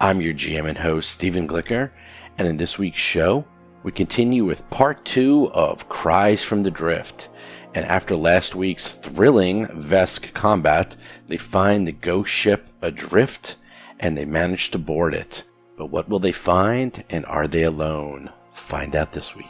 I'm your GM and host, Stephen Glicker, and in this week's show, we continue with part two of Cries from the Drift. And after last week's thrilling Vesk combat, they find the ghost ship adrift and they manage to board it. But what will they find and are they alone? Find out this week.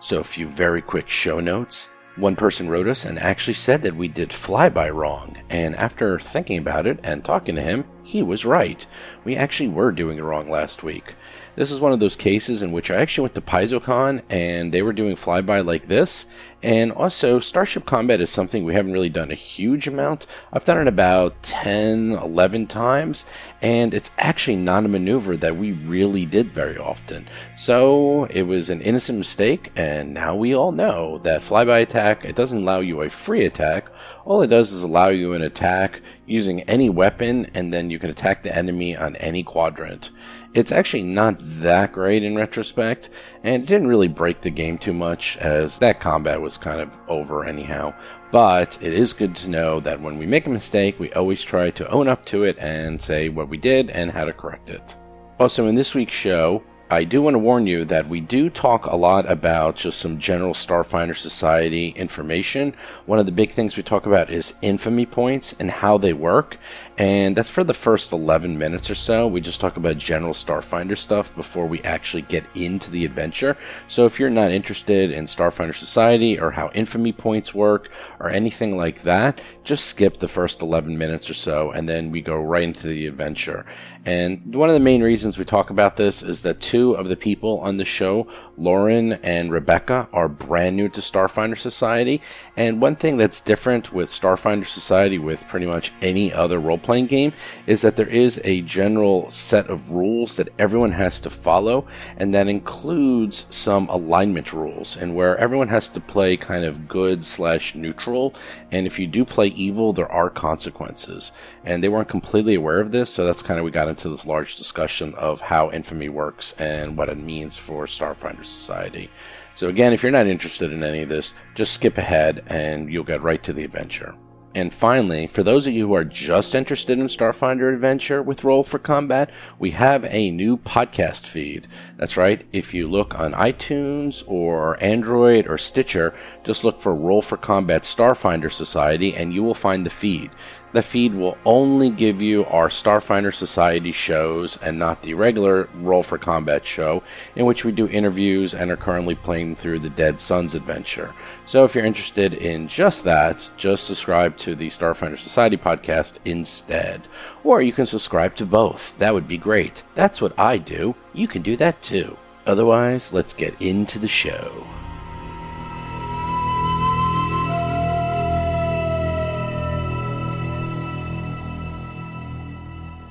So, a few very quick show notes. One person wrote us and actually said that we did flyby wrong, and after thinking about it and talking to him, he was right. We actually were doing it wrong last week. This is one of those cases in which I actually went to PaizoCon and they were doing flyby like this, and also Starship Combat is something we haven't really done a huge amount. I've done it about 10, 11 times, and it's actually not a maneuver that we really did very often. So it was an innocent mistake, and now we all know that flyby attack, it doesn't allow you a free attack. All it does is allow you an attack using any weapon, and then you can attack the enemy on any quadrant. It's actually not that great in retrospect, and it didn't really break the game too much, as that combat was kind of over anyhow. But it is good to know that when we make a mistake, we always try to own up to it and say what we did and how to correct it. Also, in this week's show, I do want to warn you that we do talk a lot about just some general Starfinder Society information. One of the big things we talk about is infamy points and how they work. And that's for the first 11 minutes or so. We just talk about general Starfinder stuff before we actually get into the adventure. So if you're not interested in Starfinder Society or how infamy points work or anything like that, just skip the first 11 minutes or so and then we go right into the adventure. And one of the main reasons we talk about this is that two of the people on the show, Lauren and Rebecca, are brand new to Starfinder Society. And one thing that's different with Starfinder Society, with pretty much any other role playing game, is that there is a general set of rules that everyone has to follow. And that includes some alignment rules, and where everyone has to play kind of good slash neutral. And if you do play evil, there are consequences. And they weren't completely aware of this, so that's kind of we got into this large discussion of how infamy works and what it means for Starfinder Society. So, again, if you're not interested in any of this, just skip ahead and you'll get right to the adventure. And finally, for those of you who are just interested in Starfinder Adventure with Roll for Combat, we have a new podcast feed. That's right, if you look on iTunes or Android or Stitcher, just look for Roll for Combat Starfinder Society and you will find the feed. The feed will only give you our Starfinder Society shows and not the regular Roll for Combat show, in which we do interviews and are currently playing through the Dead Sons adventure. So if you're interested in just that, just subscribe to the Starfinder Society podcast instead. Or you can subscribe to both. That would be great. That's what I do. You can do that too. Otherwise, let's get into the show.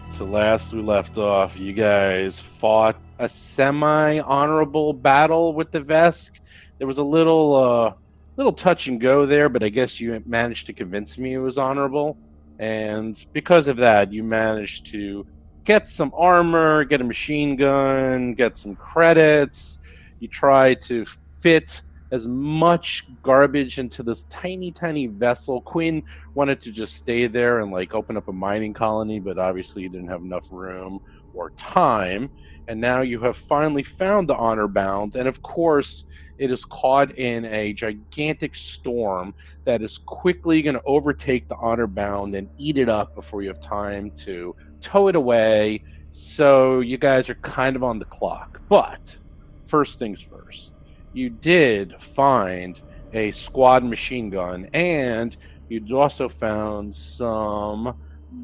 So last we left off, you guys fought a semi honorable battle with the Vesk. There was a little uh little touch and go there, but I guess you managed to convince me it was honorable. And because of that, you managed to get some armor, get a machine gun, get some credits. You try to fit as much garbage into this tiny, tiny vessel. Quinn wanted to just stay there and like open up a mining colony, but obviously you didn't have enough room or time. And now you have finally found the honor bound. And of course, it is caught in a gigantic storm that is quickly going to overtake the honor bound and eat it up before you have time to tow it away, So you guys are kind of on the clock. But first things first, you did find a squad machine gun, and you'd also found some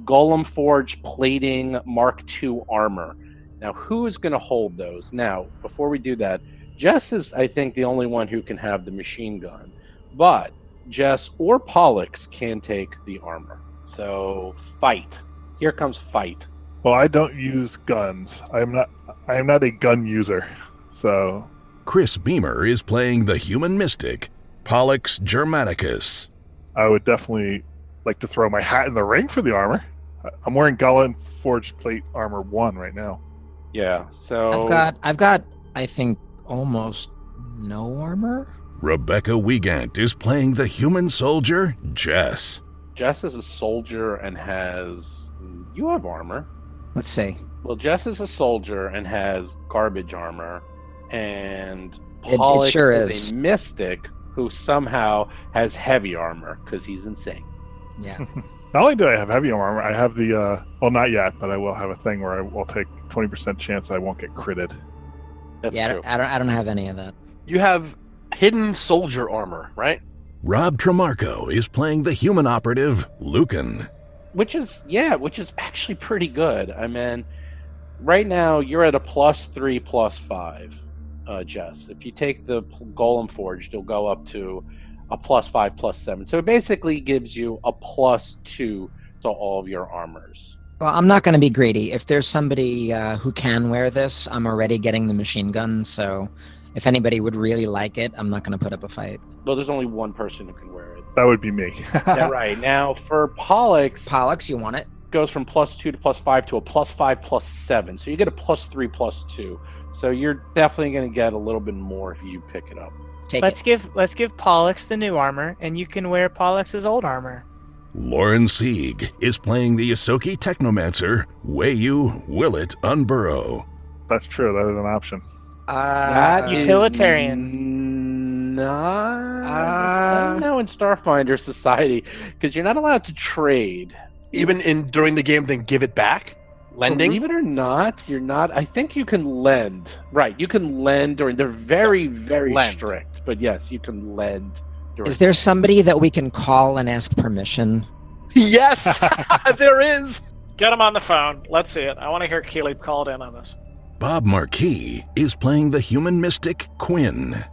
Golem Forge plating Mark II armor. Now, who is going to hold those? Now, before we do that, Jess is, I think, the only one who can have the machine gun, but Jess or Pollux can take the armor. So, fight. Here comes fight. Well, I don't use guns. I'm not. I am not a gun user. So Chris Beamer is playing the human mystic, Pollux Germanicus. I would definitely like to throw my hat in the ring for the armor. I- I'm wearing Golem Forged Plate Armor One right now. Yeah. So I've got, I've got, I think almost no armor. Rebecca Wiegand is playing the human soldier, Jess. Jess is a soldier and has. You have armor. Let's see. Well, Jess is a soldier and has garbage armor, and It- it Pollux sure is is. a mystic who somehow has heavy armor because he's insane. Yeah. Not only do I have heavy armor, I have the uh well not yet, but I will have a thing where I will take twenty percent chance I won't get critted. That's yeah. I true. don't, I don't, I don't have any of that. You have hidden soldier armor, right? Rob Tremarco is playing the human operative, Lucan. which is yeah, which is actually pretty good. I mean, right now you're at a plus three, plus five, uh, Jess. If you take the pl- Golem Forged, you'll go up to a plus five, plus seven. So it basically gives you a plus two to all of your armors. Well, I'm not going to be greedy. If there's somebody uh, who can wear this, I'm already getting the machine gun. So, if anybody would really like it, I'm not going to put up a fight. Well, there's only one person who can wear it. That would be me. Yeah, right now for Pollux Pollux, you want it? goes from plus two to plus five to a plus five, plus seven. So you get a plus three, plus two. So you're definitely going to get a little bit more if you pick it up. Take Let's it. give let's give Pollux the new armor, and you can wear Pollux's old armor. Lauren Sieg is playing the Yosoki Technomancer, Wayu Willet Unburrow. That's true, that is an option. Uh, you- utilitarian. No, Uh, no, in Starfinder Society, because you're not allowed to trade. Even in during the game, then give it back, lending. Believe it or not, you're not. I think you can lend. Right, you can lend, or they're very, very lend. strict. But yes, you can lend. During is there somebody that we can call and ask permission? Yes, there is. Get him on the phone. Let's see it. I want to hear Keeley called in on this. Bob Marquis is playing the human mystic, Quinn.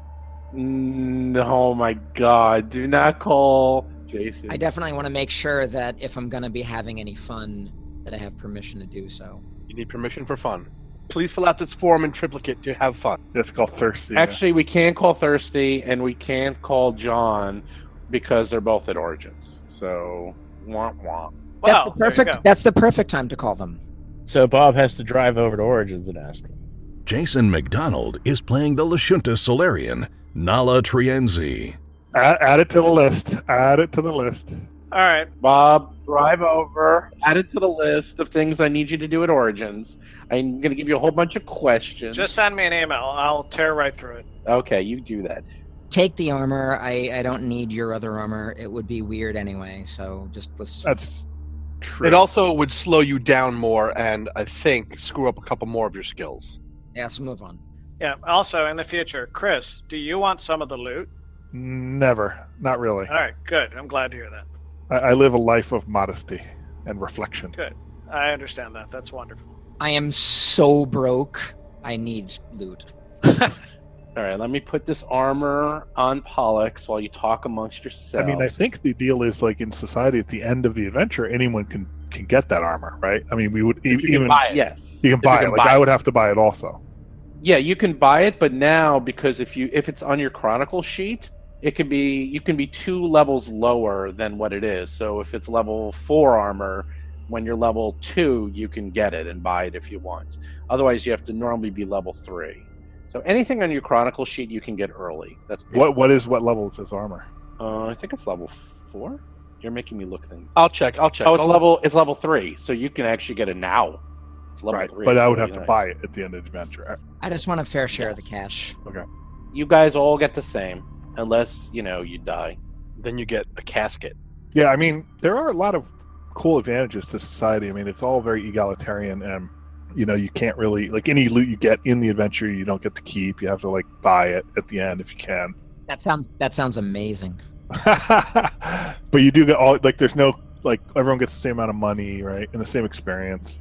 Mm, Oh my God! Do not call Jason. I definitely want to make sure that if I'm going to be having any fun, that I have permission to do so. You need permission for fun. Please fill out this form in triplicate to have fun. It's called thirsty. Actually, we can't call Thirsty, and we can't call John because they're both at Origins. So, womp womp. Wow, that's the there you perfect. go. That's the perfect time to call them. So Bob has to drive over to Origins and ask him. Jason McDonald is playing the Lashunta Solarian, Nala Trienzi. add, add it to the list. Add it to the list. All right. Bob, drive over, add it to the list of things I need you to do at Origins. I'm going to give you a whole bunch of questions. Just send me an email. I'll tear right through it. okay, you do that. Take the armor. I I don't need your other armor. It would be weird anyway. So just let's. That's true. It also would slow you down more, and I think screw up a couple more of your skills. yeah, let's move on. Yeah. Also, in the future, Chris, do you want some of the loot? Never. Not really. All right. Good. I'm glad to hear that. I, I live a life of modesty and reflection. I understand that. That's wonderful. I am so broke. I need loot. All right, let me put this armor on Pollux while you talk amongst I yourselves. mean, I think the deal is like in society at the end of the adventure, anyone can can get that armor, right? I mean, we would e- You can even buy it. Yes. you can buy can it. Like buy I it. would have to buy it also. Yeah, you can buy it, but now because if you if it's on your chronicle sheet, it can be you can be two levels lower than what it is. So if it's level four armor, when you're level two, you can get it and buy it if you want. Otherwise, you have to normally be level three. So anything on your chronicle sheet you can get early. That's What what is what level is this armor? Uh, I think it's level four. You're making me look things. up. I'll check. I'll check. oh, it's I'll- level it's level three, so you can actually get it now. It's level right, three. but I would have Really nice. to buy it at the end of the adventure. Uh, I just want a fair share of the Yes. cash. You guys all get the same, unless you know you die. Then you get a casket. Yeah, I mean, there are a lot of cool advantages to society. I mean, it's all very egalitarian and you know you can't really like any loot you get in the adventure you don't get to keep you have to like buy it at the end if you can That sound that sounds amazing. but you do get all like there's no like everyone gets the same amount of money right and the same experience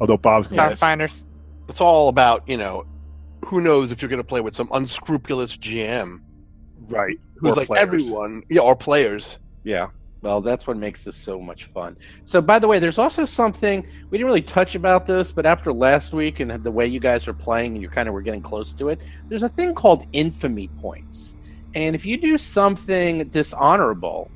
although bob's nice. Starfinders. It's all about you know, who knows if you're going to play with some unscrupulous GM right who's Or like players. everyone, yeah, or players. Yeah. Well, that's what makes this so much fun. So, by the way, there's also something we didn't really touch about this, but after last week and the way you guys are playing, and you kind of were getting close to it. There's a thing called infamy points, and if you do something dishonorable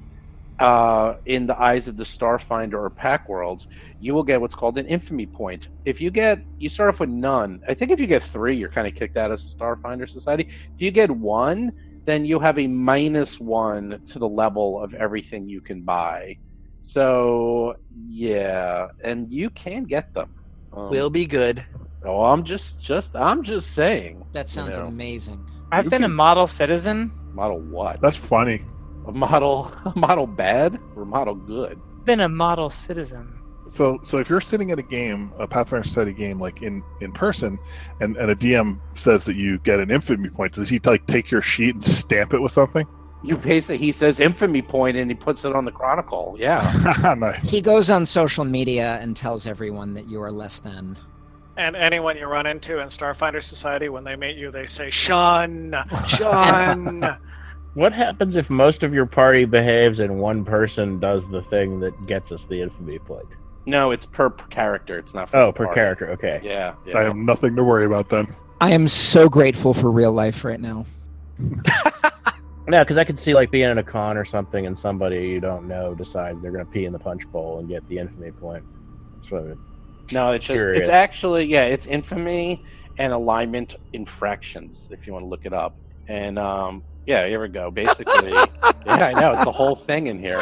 uh, in the eyes of the Starfinder or Pack Worlds, you will get what's called an infamy point. If you get, you start off with none. I think if you get three, you're kind of kicked out of Starfinder Society. If you get one, then you have a minus one to the level of everything you can buy. So yeah, and you can get them. Um, be good. oh, I'm just just I'm just saying. That sounds know. amazing. I've You been a can- model citizen. Model what? that's funny a model a model bad or model good? Been a model citizen. so so if you're sitting at a game a pathfinder study game like in in person and and a dm says that you get an infamy point does he like take your sheet and stamp it with something You basically he says infamy point and he puts it on the chronicle. Yeah. nice. He goes on social media and tells everyone that you are less than. And anyone you run into in Starfinder Society, when they meet you, they say, Shun! Shun! What happens if most of your party behaves and one person does the thing that gets us the infamy point? No, it's per, per character. It's not. For Oh, the per party. character. Okay. Yeah. yeah. i have nothing to worry about then I am so grateful for real life right now. No, because I could see like being in a con or something, and somebody you don't know decides they're going to pee in the punch bowl and get the infamy point. That's what I mean. No, it's just Curious. it's actually yeah, it's infamy and alignment infractions if you want to look it up. And um yeah, here we go. Basically, yeah, I know it's the whole thing in here.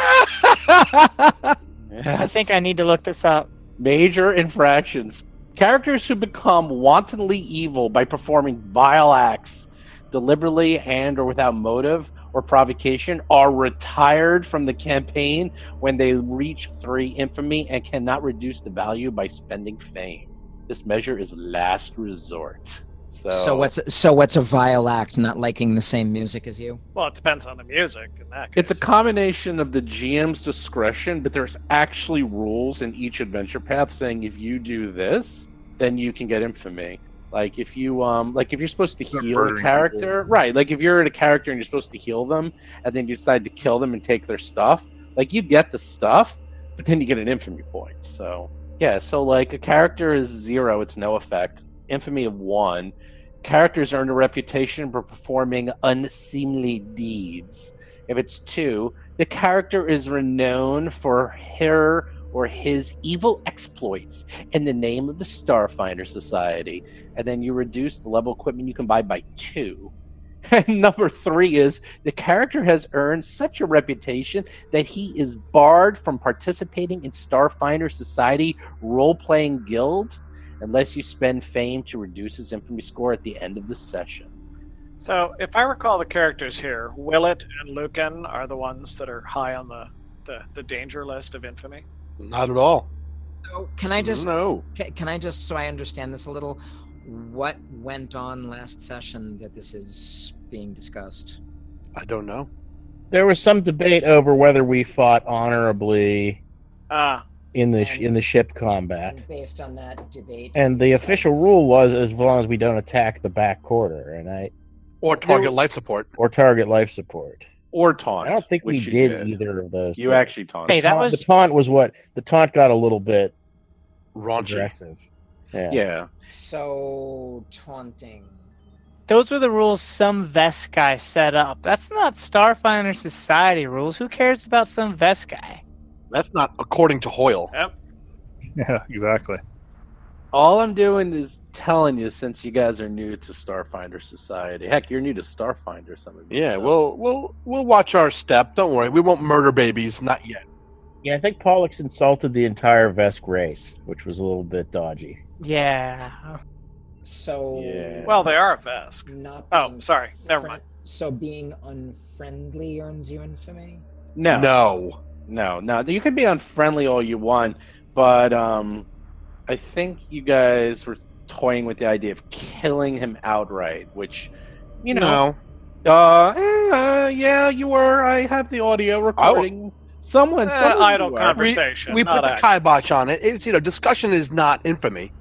I think I need to look this up. major infractions. Characters who become wantonly evil by performing vile acts deliberately and or without motive or provocation are retired from the campaign when they reach 3 infamy and cannot reduce the value by spending fame. This measure is last resort. So, So what's so what's a vile act? Not liking the same music as you? well, it depends on the music in that case. It's a combination of the GM's discretion, but there's actually rules in each adventure path saying if you do this, then you can get infamy. Like if you um like if you're supposed to Not heal a murdering character, right? Like if you're at a character and you're supposed to heal them and then you decide to kill them and take their stuff, like you get the stuff, but then you get an infamy point. So, yeah, so like a character is 0, it's no effect. Infamy of 1. Characters earn a reputation for performing unseemly deeds. If it's two, the character is renowned for her or his evil exploits in the name of the Starfinder Society. And then you reduce the level of equipment you can buy by two. And number three is the character has earned such a reputation that he is barred from participating in Starfinder Society role playing guild unless you spend fame to reduce his infamy score at the end of the session. So, if I recall the characters here, Willet and Lucan are the ones that are high on the, the, the danger list of infamy. Not at all. So can I just no. ca- can I just so I understand this a little? What went on last session that this is being discussed? I don't know. There was some debate over whether we fought honorably Ah, in the sh- in the ship combat, And based on that debate. and the official rule was as long as we don't attack the back quarter, and I Or target life support. or target life support. Or taunt. I don't think we which you did, either of those. You things. actually taunt. Hey, that Taunt- the was taunt was what the taunt got a little bit Raunchy. aggressive. Yeah. Yeah. So taunting. those were the rules some vest guy set up. That's not Starfinder Society rules. Who cares about some vest guy? That's not according to Hoyle. yeah exactly All I'm doing is telling you since you guys are new to Starfinder Society. Heck, you're new to Starfinder, some of you. Yeah, so- we'll we'll we'll watch our step. Don't worry, we won't murder babies. Not yet. Yeah, I think Pollux insulted the entire Vesk race, which was a little bit dodgy. Yeah. So Yeah. Well, they are a Vesk. not. Oh, being sorry, never fri- mind. So being unfriendly earns you infamy. No, no, No. no, no. You can be unfriendly all you want, but um, I think you guys were toying with the idea of killing him outright, which, you know, uh, eh, uh, yeah, you were. I have the audio recording. someone, Eh, someone idle you are. conversation. we put not the act. kibosh on it. It's you know, discussion is not infamy.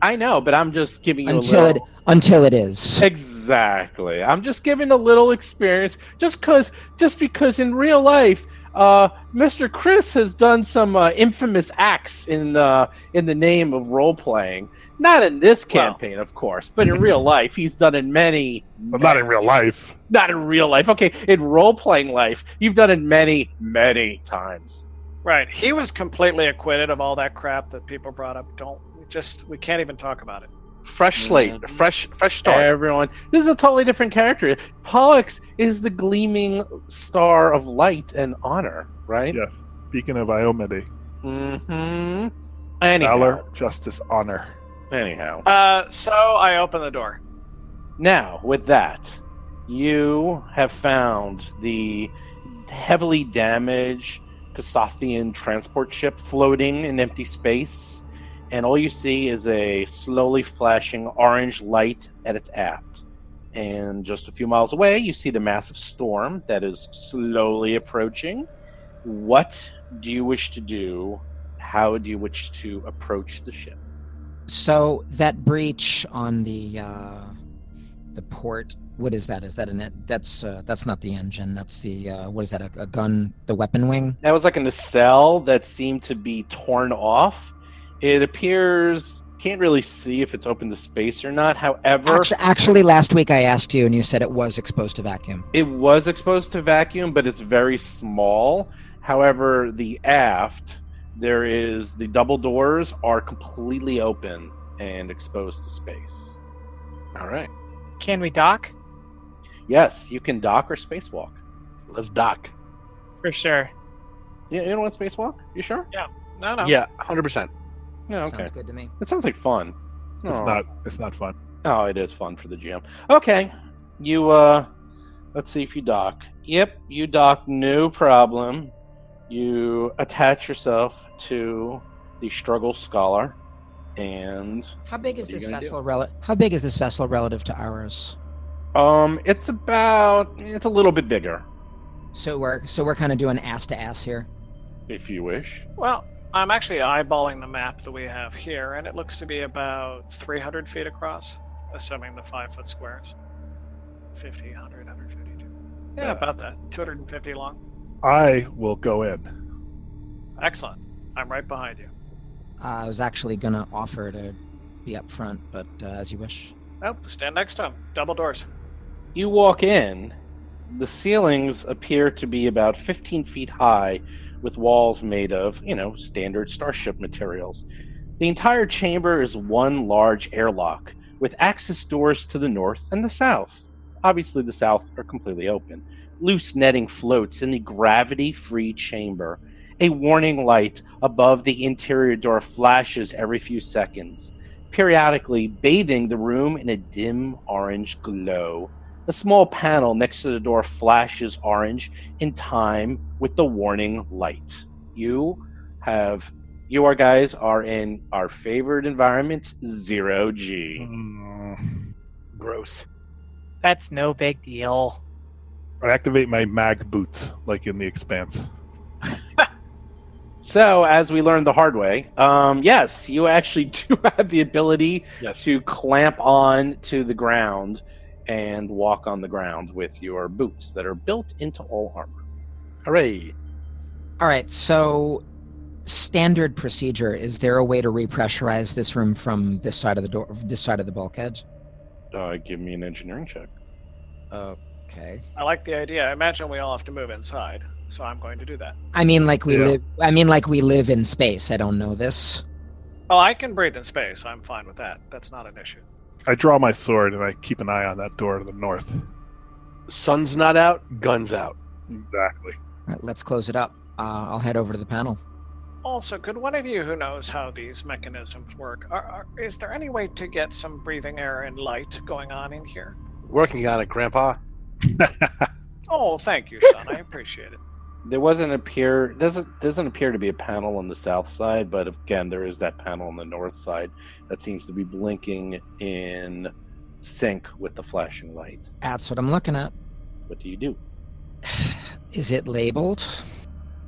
I know, but I'm just giving you a until little. it until it is. Exactly. I'm just giving a little experience, just cause, just because in real life, uh, Mr. Chris has done some uh, infamous acts in uh, in the name of role playing. Not in this Well. campaign, of course, but in real life, he's done in many. But not in real life. Not in real life. Okay, in role playing life, you've done it many, many times. Right. He was completely acquitted of all that crap that people brought up. Don't we just we can't even talk about it. Fresh slate, fresh fresh start. Everyone, this is a totally different character. Pollux is the gleaming star of light and honor, right? Yes. Beacon of Iomede. Mm-hmm. Anyhow, Valor, justice, honor. anyhow. Uh, so I open the door. Now, with that, you have found the heavily damaged Kasathian transport ship floating in empty space, and all you see is a slowly flashing orange light at its aft. And just a few miles away, you see the massive storm that is slowly approaching. What do you wish to do? How do you wish to approach the ship? So that breach on the uh, the port. What is that? Is that an? That's uh, that's not the engine. That's the uh, what is that? A, a gun? The weapon wing? That was like a nacelle that seemed to be torn off. It appears can't really see if it's open to space or not. However, Actu- actually, last week I asked you, and you said it was exposed to vacuum. it was exposed to vacuum, but it's very small. However, the aft there is the double doors are completely open and exposed to space. All right, Can we dock? Yes, you can dock or spacewalk. let's dock. For sure. Yeah, you don't want spacewalk? You sure? No, no. Yeah, hundred percent. No, okay. Sounds good to me. It sounds like fun. It's Aw. not it's not fun. Oh, it is fun for the GM. Okay, you uh, let's see if you dock. Yep, you dock. No problem. You attach yourself to the struggle scholar, and How big is What are you this gonna do? vessel? Rel- how big is this vessel relative to ours? um, it's about it's a little bit bigger, So we're so we're kind of doing ass to ass here. if you wish. Well, I'm actually eyeballing the map that we have here, and it looks to be about 300 feet across, assuming the five foot squares. 50, 100, 152. Yeah, Yeah. about that. 250 long. I will go in. Excellent. I'm right behind you. Uh, I was actually gonna offer to be up front, but uh, as you wish. Nope, stand next to him. Double doors. You walk in. The ceilings appear to be about 15 feet high, with walls made of, you know, standard starship materials. The entire chamber is one large airlock, with access doors to the north and the south. Obviously, the south are completely open. Loose netting floats in the gravity free chamber. A warning light above the interior door flashes every few seconds, periodically bathing the room in a dim orange glow. A small panel next to the door flashes orange in time with the warning light. You have you are guys are in our favored environment, zero G. Mm. Gross. That's no big deal. I activate my mag boots like in the expanse. So as we learned the hard way, um, yes, you actually do have the ability Yes. to clamp on to the ground and walk on the ground with your boots that are built into all armor. Hooray! All right. So, standard procedure is there a way to repressurize this room from this side of the door, this side of the bulkhead? Uh, give me an engineering check. Okay. I like the idea. I imagine we all have to move inside, so I'm going to do that. I mean, like we Yeah. live. I mean, like we live in space. I don't know this. Oh, I can breathe in space. I'm fine with that. That's not an issue. I draw my sword and I keep an eye on that door to the north. Sun's not out, guns out. Exactly. All right, let's close it up. Uh, I'll head over to the panel. Also, could one of you who knows how these mechanisms work, are, are, is there any way to get some breathing air and light going on in here? Working on it, Grandpa. Oh, thank you, son. I appreciate it. There wasn't appear doesn't doesn't appear to be a panel on the south side, but again, there is that panel on the north side that seems to be blinking in sync with the flashing light. That's what I'm looking at. What do you do? Is it labeled?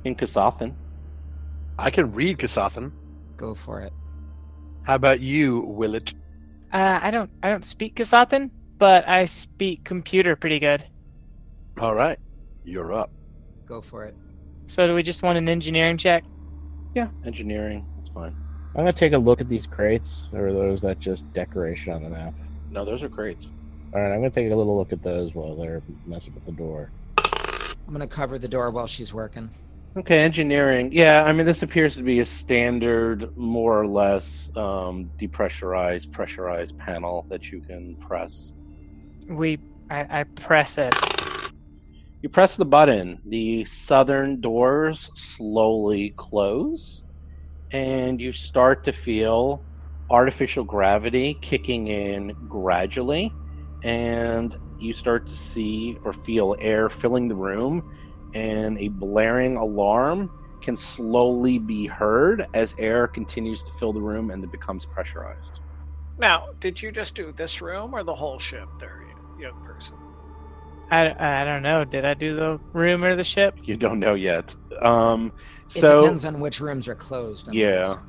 In Kasathan, I can read Kasathan. Go for it. How about you, Willet? Uh, I don't I don't speak Kasathan, but I speak computer pretty good. All right, you're up. Go for it. So do we just want an engineering check? yeah, engineering, it's fine. I'm gonna take a look at these crates, or are those that just decoration on the map. No, those are crates. All right, I'm gonna take a little look at those while they're messing with the door. I'm gonna cover the door while she's working. Okay, engineering. Yeah, I mean, this appears to be a standard, more or less, um, depressurized, pressurized panel that you can press. We I, I press it. You press the button, the southern doors slowly close, and you start to feel artificial gravity kicking in gradually, and you start to see or feel air filling the room, and a blaring alarm can slowly be heard as air continues to fill the room and it becomes pressurized. Now, did you just do this room or the whole ship there, you young person? I, I don't know. Did I do the room or the ship? You don't know yet. Um, It so depends on which rooms are closed. I'm Yeah. guessing.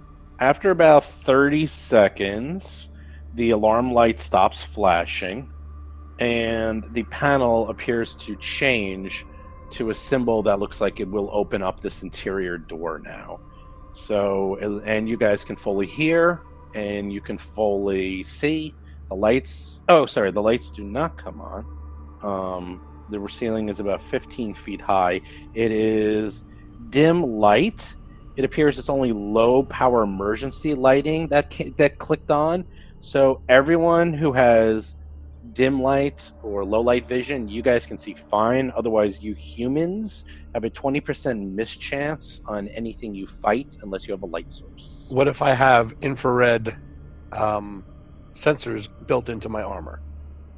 After about 30 seconds, the alarm light stops flashing and the panel appears to change to a symbol that looks like it will open up this interior door now. So, and- and you guys can fully hear and you can fully see. The lights, oh, sorry, the lights do not come on. Um, the ceiling is about 15 feet high. It is dim light it appears it's only low power emergency lighting that ca- that clicked on. So everyone who has dim light or low light vision, you guys can see fine. Otherwise, you humans have a twenty percent mischance on anything you fight unless you have a light source. What if I have infrared um, sensors built into my armor?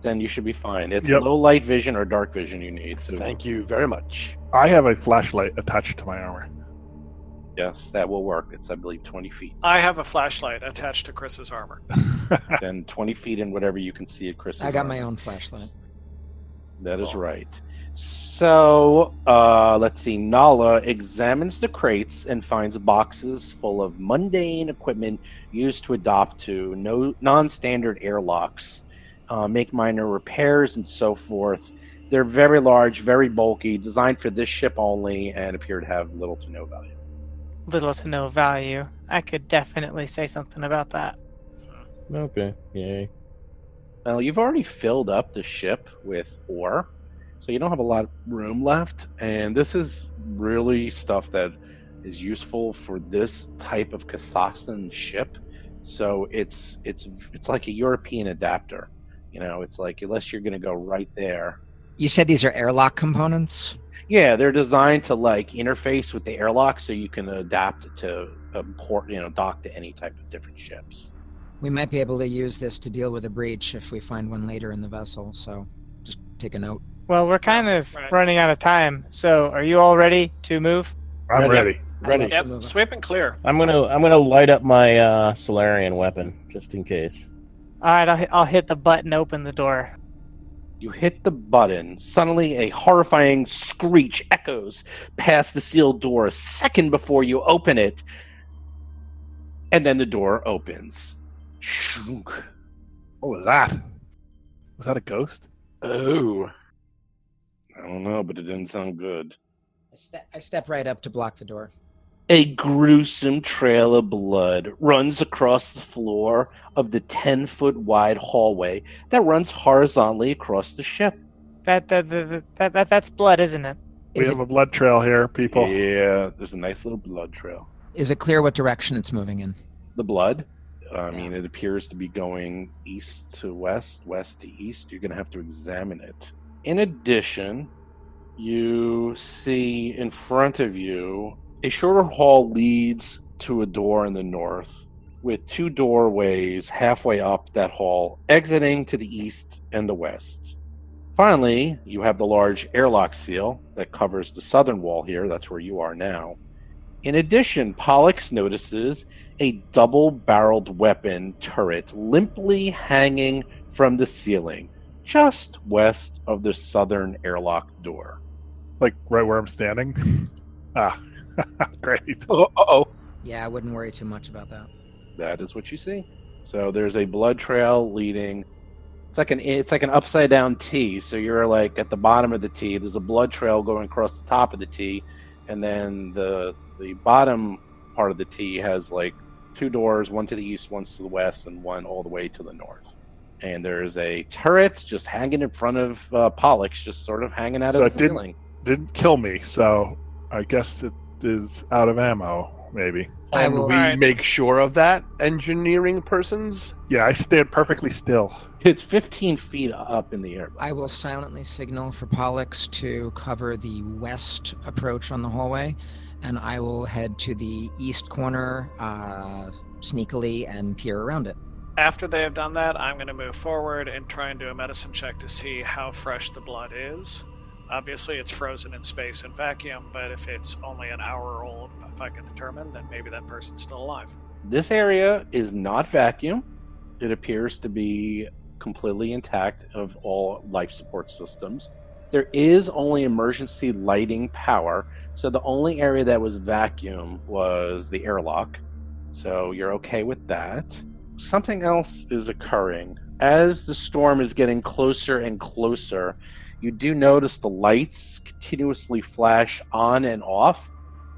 Then you should be fine. It's Yep. low light vision or dark vision you need. So Thank you very much. I have a flashlight attached to my armor. yes, that will work. It's I believe twenty feet. I have a flashlight attached to Chris's armor. then twenty feet in whatever you can see at Chris's. I got arm. my own flashlight. That is right. So, uh, let's see. Nala examines the crates and finds boxes full of mundane equipment used to adopt to no non-standard airlocks, uh, make minor repairs, and so forth. They're very large, very bulky, designed for this ship only, and appear to have little to no value. Little to no value. I could definitely say something about that. Okay, yay. Well, you've already filled up the ship with ore, so you don't have a lot of room left. And this is really stuff that is useful for this type of Kasathan ship. So it's it's it's like a European adapter. You know, it's like unless you're going to go right there. You said these are airlock components. Yeah, they're designed to like interface with the airlock, so you can adapt to a port, you know, dock to any type of different ships. We might be able to use this to deal with a breach if we find one later in the vessel. So just take a note. Well, we're kind of Right. running out of time. So are you all ready to move? I'm Ready. ready. I'd Ready. love to Yep, move sweep and clear. I'm gonna I'm gonna light up my uh, Solarian weapon just in case. All right, I'll, hit- I'll hit the button, open the door. You hit the button. Suddenly, a horrifying screech echoes past the sealed door a second before you open it. And then the door opens. Shunk. What was that? Was that a ghost? Oh, I don't know, but it didn't sound good. I, step, I step right up to block the door. A gruesome trail of blood runs across the floor of the 10 foot wide hallway that runs horizontally across the ship. That that, that, that, that that's blood, isn't it? We Is have a blood trail here, people. Yeah, there's a nice little blood trail. Is it clear what direction it's moving in? the blood. Uh, I mean, it appears to be going east to west, west to east. You're going to have to examine it. In addition, you see in front of you a shorter hall leads to a door in the north with two doorways halfway up that hall, exiting to the east and the west. Finally, you have the large airlock seal that covers the southern wall here. That's where you are now. In addition, Pollux notices a double barreled weapon turret limply hanging from the ceiling, just west of the southern airlock door. Like right where I'm standing. Ah, great. Oh, oh. Yeah, I wouldn't worry too much about that. That is what you see. So there's a blood trail leading. It's like an it's like an upside down T. So you're like at the bottom of the T. There's a blood trail going across the top of the T, and then the the bottom part of the T has like two doors, one to the east, one to the west, and one all the way to the north. And there's a turret just hanging in front of uh, Pollux, just sort of hanging out So of it the didn't- ceiling. Didn't kill me, so I guess it is out of ammo. Maybe. I And will. we Alright. make sure of that, engineering persons. Yeah, I stand perfectly still. It's 15 feet up in the air. I will silently signal for Pollux to cover the west approach on the hallway, and I will head to the east corner uh, sneakily and peer around it. After they have done that, I'm going to move forward and try and do a medicine check to see how fresh the blood is. Obviously, it's frozen in space and vacuum, but if it's only an hour old, if I can determine, then maybe that person's still alive. This area is not vacuum. It appears to be completely intact of all life support systems. There is only emergency lighting power, so the only area that was vacuum was the airlock. So you're okay with that. Something else is occurring. As the storm is getting closer and closer, you do notice the lights continuously flash on and off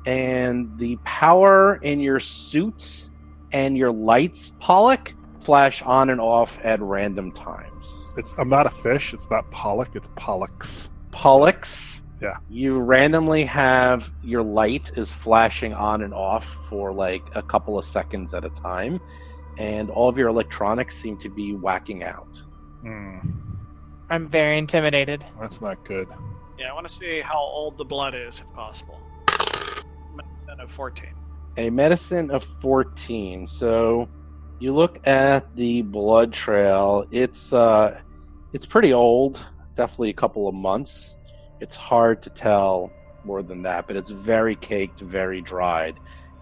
and the power in your suits and your lights, Pollock, flash on and off at random times. It's I'm not a fish. It's not Pollock. It's Pollux. Pollux, Yeah. you randomly have your light is flashing on and off for like a couple of seconds at a time, and all of your electronics seem to be whacking out. Hmm, I'm very intimidated. that's not good. Yeah, I want to see how old the blood is, if possible. Medicine of 14. a medicine of 14 so you look at the blood trail it's uh it's pretty old definitely a couple of months it's hard to tell more than that but it's very caked very dried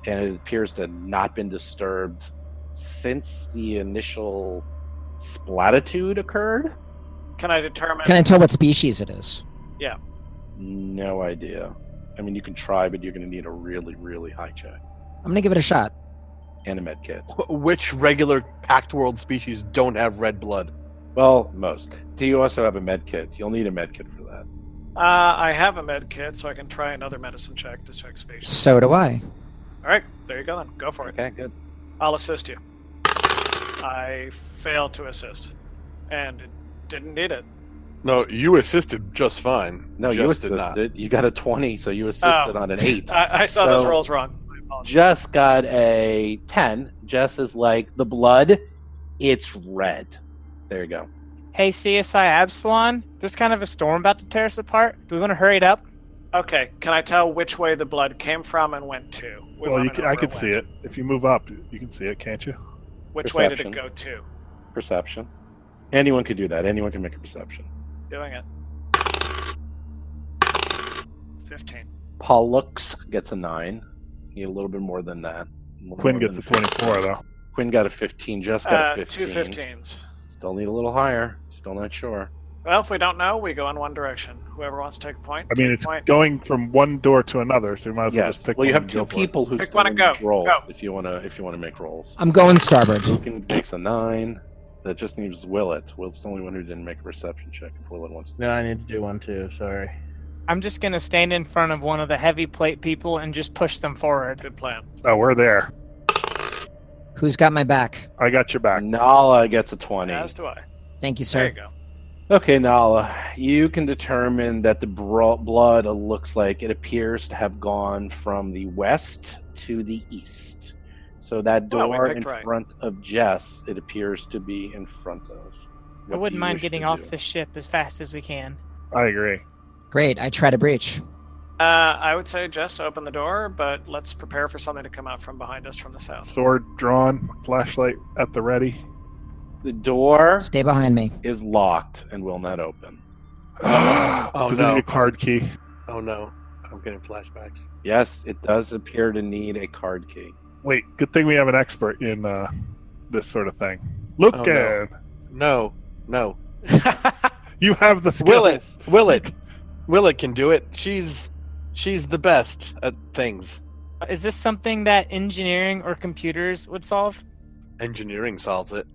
and it appears to have not been disturbed since the initial splatitude occurred Can I determine? Can I tell what species it is? no idea i mean you can try but you're going to need a really really high check I'm gonna give it a shot. and a med kit Wh- Which regular packed world species don't have red blood? Well, most. Do you also have a med kit? You'll need a med kit for that. uh, I have a med kit, so I can try another medicine check to check space. So do I. All right, there you go then. Go for it. Okay, good. I'll assist you. I failed to assist, and it didn't need it. No, you assisted just fine. No, just you did not. assisted. You got a 20, so you assisted Oh. on an 8. I, I saw those So- rolls wrong. I apologize. Jess got a 10. Jess is like, the blood, it's red. There you go. Hey, CSI Absalon, there's kind of a storm about to tear us apart. Do we want to hurry it up? Okay, can I tell which way the blood came from and went to? We well, wanna you can, know I where could see went. it. If you move up, you can see it, can't you? Which way did Perception. it go to? Perception. Anyone could do that. Anyone can make a perception. Doing it. 15. Pollux gets a 9. You need a little bit more than that. A little Quinn more gets a than- 24 though. Quinn got a 15. Jess got Uh, a 15. two 15s. Still need a little higher. Still not sure. Well, if we don't know, we go in one direction. Whoever wants to take a point. I mean, take a it's point. going from one door to another, so you might as well just pick. well, you one have and two go for it. people who Pick still one and need to go. rolls Go. if you want to if you want to make rolls. I'm going starboard. Lucan takes a nine. That just leaves Willet. Willet's the only one who didn't make a perception check. If Willet wants to, No, I need to do one too. Sorry. I'm just gonna stand in front of one of the heavy plate people and just push them forward. Good plan. Oh, we're there. Who's got my back? I got your back. Nala gets a twenty. As do I. Thank you, There sir. you go. Okay, Nala, you can determine that the bro- blood looks like it appears to have gone from the west to the east. So that Well, we door picked in right. front of Jess, it appears to be in front of. I What do wouldn't you mind wish getting to off do? this ship as fast as we can. Mm. I agree. Great. I try to breach. Uh, I would say just open the door, but let's prepare for something to come out from behind us from the south. Sword drawn, flashlight at the ready. The door Stay behind me. is locked and will not open. Oh, Does it no. need a card key? Oh no, I'm getting flashbacks. Yes, it does appear to need a card key. Wait, good thing we have an expert in uh, this sort of thing. Look, Oh, no. No, no. you have the skills. Will it? Will it? Will it can do it. She's she's the best at things. Is this something that engineering or computers would solve? Engineering solves it.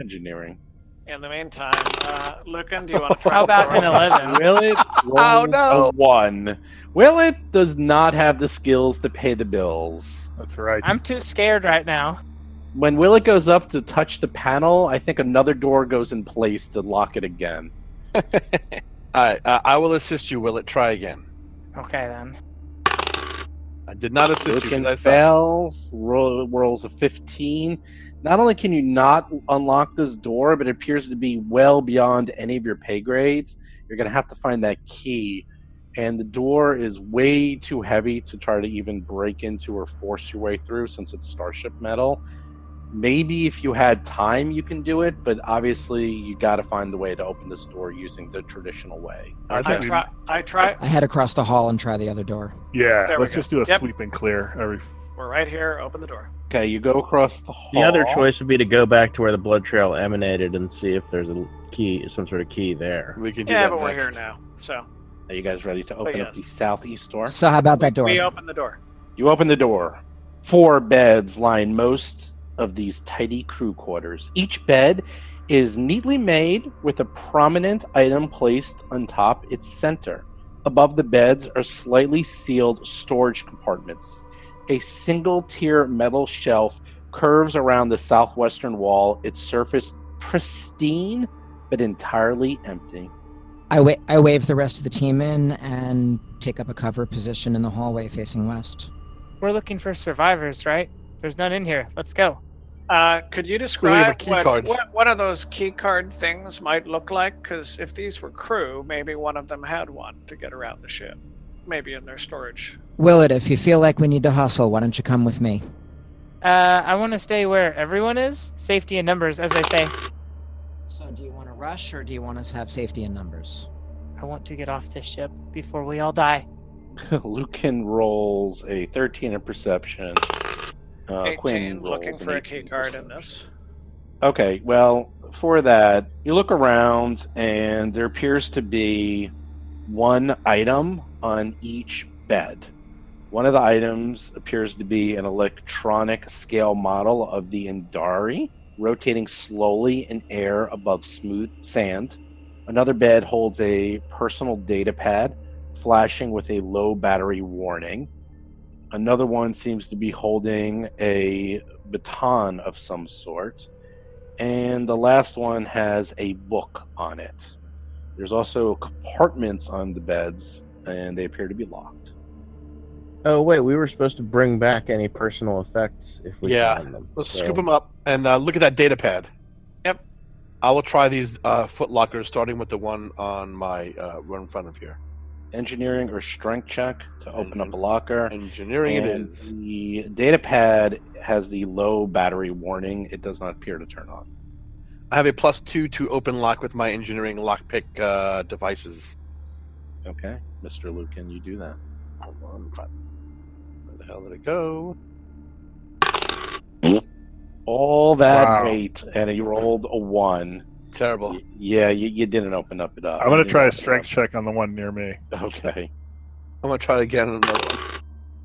Engineering. In the meantime, uh, Lucan, do you want to try? How about an roll? 11? Will it? Oh, roll no. A one. Will it does not have the skills to pay the bills. That's right. I'm too scared right now. When Willet goes up to touch the panel, I think another door goes in place to lock it again. All right, uh, I will assist you. Will it try again? Okay then. I did not assist you. Looking 'cause I said fails, roll, rolls a 15. Not only can you not unlock this door, but it appears to be well beyond any of your pay grades. You're going to have to find that key. And the door is way too heavy to try to even break into or force your way through since it's Starship metal. Maybe if you had time, you can do it, but obviously you got to find the way to open this door using the traditional way. I I think we- try. I try. I head across the hall and try the other door. yeah, There we let's go. just do a Yep. sweep and clear. Every We're right here. Open the door. Okay, you go across the The hall. other choice would be to go back to where the blood trail emanated and see if there's a key, some sort of key there. we can do Yeah, that but we're here next. now. So Are you guys ready to Oh, open up yes. the southeast door? So how about that door? we open the door. You open the door. Four beds line most of these tidy crew quarters. Each bed is neatly made with a prominent item placed on top its center. Above the beds are slightly sealed storage compartments. A single tier metal shelf curves around the southwestern wall, its surface pristine but entirely empty. I, wa- I wave the rest of the team in and take up a cover position in the hallway facing west. We're looking for survivors, right? There's none in here. Let's go. Uh, could you were describe key what, cards. what one of those key card things might look like? Because if these were crew, maybe one of them had one to get around the ship. Maybe in their storage. Willard, if you feel like we need to hustle, why don't you come with me? Uh, I want to stay where everyone is. Safety in numbers, as they say. So do you want to rush or do you want us to have safety in numbers? I want to get off this ship before we all die. Lucan rolls a 13 in perception. Uh, 18, Quinn looking rolls an for a 18 key card in perception. this. Okay, well, for that, you look around and there appears to be one item on each bed. One of the items appears to be an electronic scale model of the Indari, rotating slowly in air above smooth sand. Another bed holds a personal data pad flashing with a low battery warning. Another one seems to be holding a baton of some sort. And the last one has a book on it. There's also compartments on the beds, and they appear to be locked. Oh wait, we were supposed to bring back any personal effects if we Yeah. found them. Let's so- scoop them up and uh, look at that data pad. Yep. I will try these uh, foot lockers, starting with the one on my uh, right in front of here. Engineering or strength check to open up a locker. Engineering it And is. the data pad has the low battery warning. It does not appear to turn on. I have a plus two to open lock with my engineering lockpick uh, devices. Okay, Mr. Lucan, you do that. Hold on, fi- Where the hell did it go? All that Wow. weight, and you rolled a one. Terrible. Y- Yeah, you, you didn't open up it up. I'm gonna You try a didn't open strength check on the one near me. up- Okay. I'm gonna try it again. on Another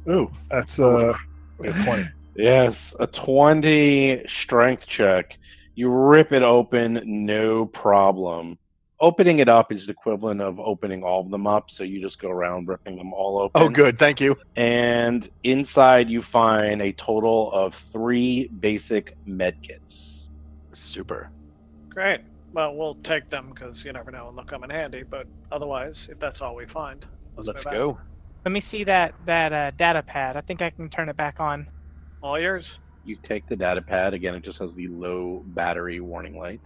one. Ooh, that's uh, a twenty. Yes, a 20 strength check. You rip it open, no problem. Opening it up is the equivalent of opening all of them up, so you just go around ripping them all open. Oh, good. Thank you. And inside you find a total of three basic med kits. Super. Great. Well, we'll take them because you never know when they'll come in handy. But otherwise, if that's all we find, let's, Let's move out. go. Let me see that that uh, data pad. I think I can turn it back on. All yours. You take the data pad. Again, it just has the low battery warning light.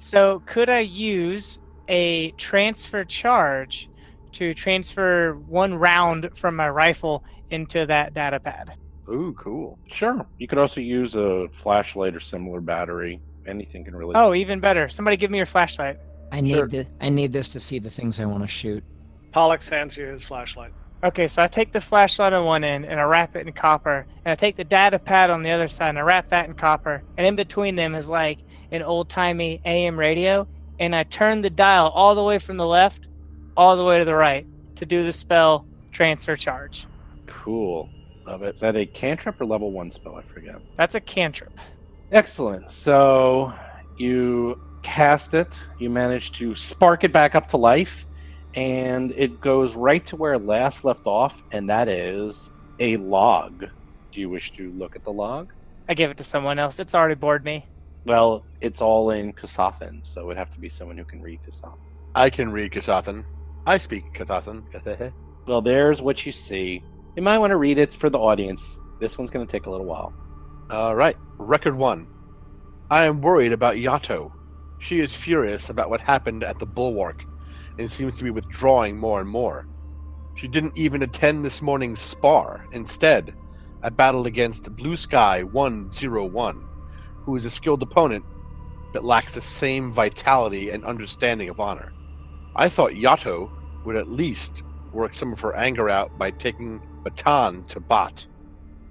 So could I use a transfer charge to transfer one round from my rifle into that data pad? Ooh, cool. Sure. You could also use a flashlight or similar battery. Anything can really. Oh, even better. Somebody give me your flashlight. I need Sure. the I need this to see the things I want to shoot. Pollux hands you his flashlight. Okay, so I take the flashlight on one end and I wrap it in copper, and I take the data pad on the other side and I wrap that in copper, and in between them is like an old timey AM radio, and I turn the dial all the way from the left, all the way to the right to do the spell transfer charge. Cool. Love it. Is that a cantrip or level one spell? I forget. That's a cantrip. Excellent. So you cast it, you manage to spark it back up to life, and it goes right to where it last left off, and that is a log. Do you wish to look at the log? I give it to someone else. It's already bored me. Well, it's all in Kasathan, so it would have to be someone who can read Kasathan. I can read Kathathan. I speak Kathathan. Well, there's what you see. You might want to read it for the audience. This one's going to take a little while. All right, record one. I am worried about Yato. She is furious about what happened at the bulwark and seems to be withdrawing more and more. She didn't even attend this morning's spar. Instead, I battled against Blue Sky 101, who is a skilled opponent but lacks the same vitality and understanding of honor. I thought Yato would at least work some of her anger out by taking Batan to Bot.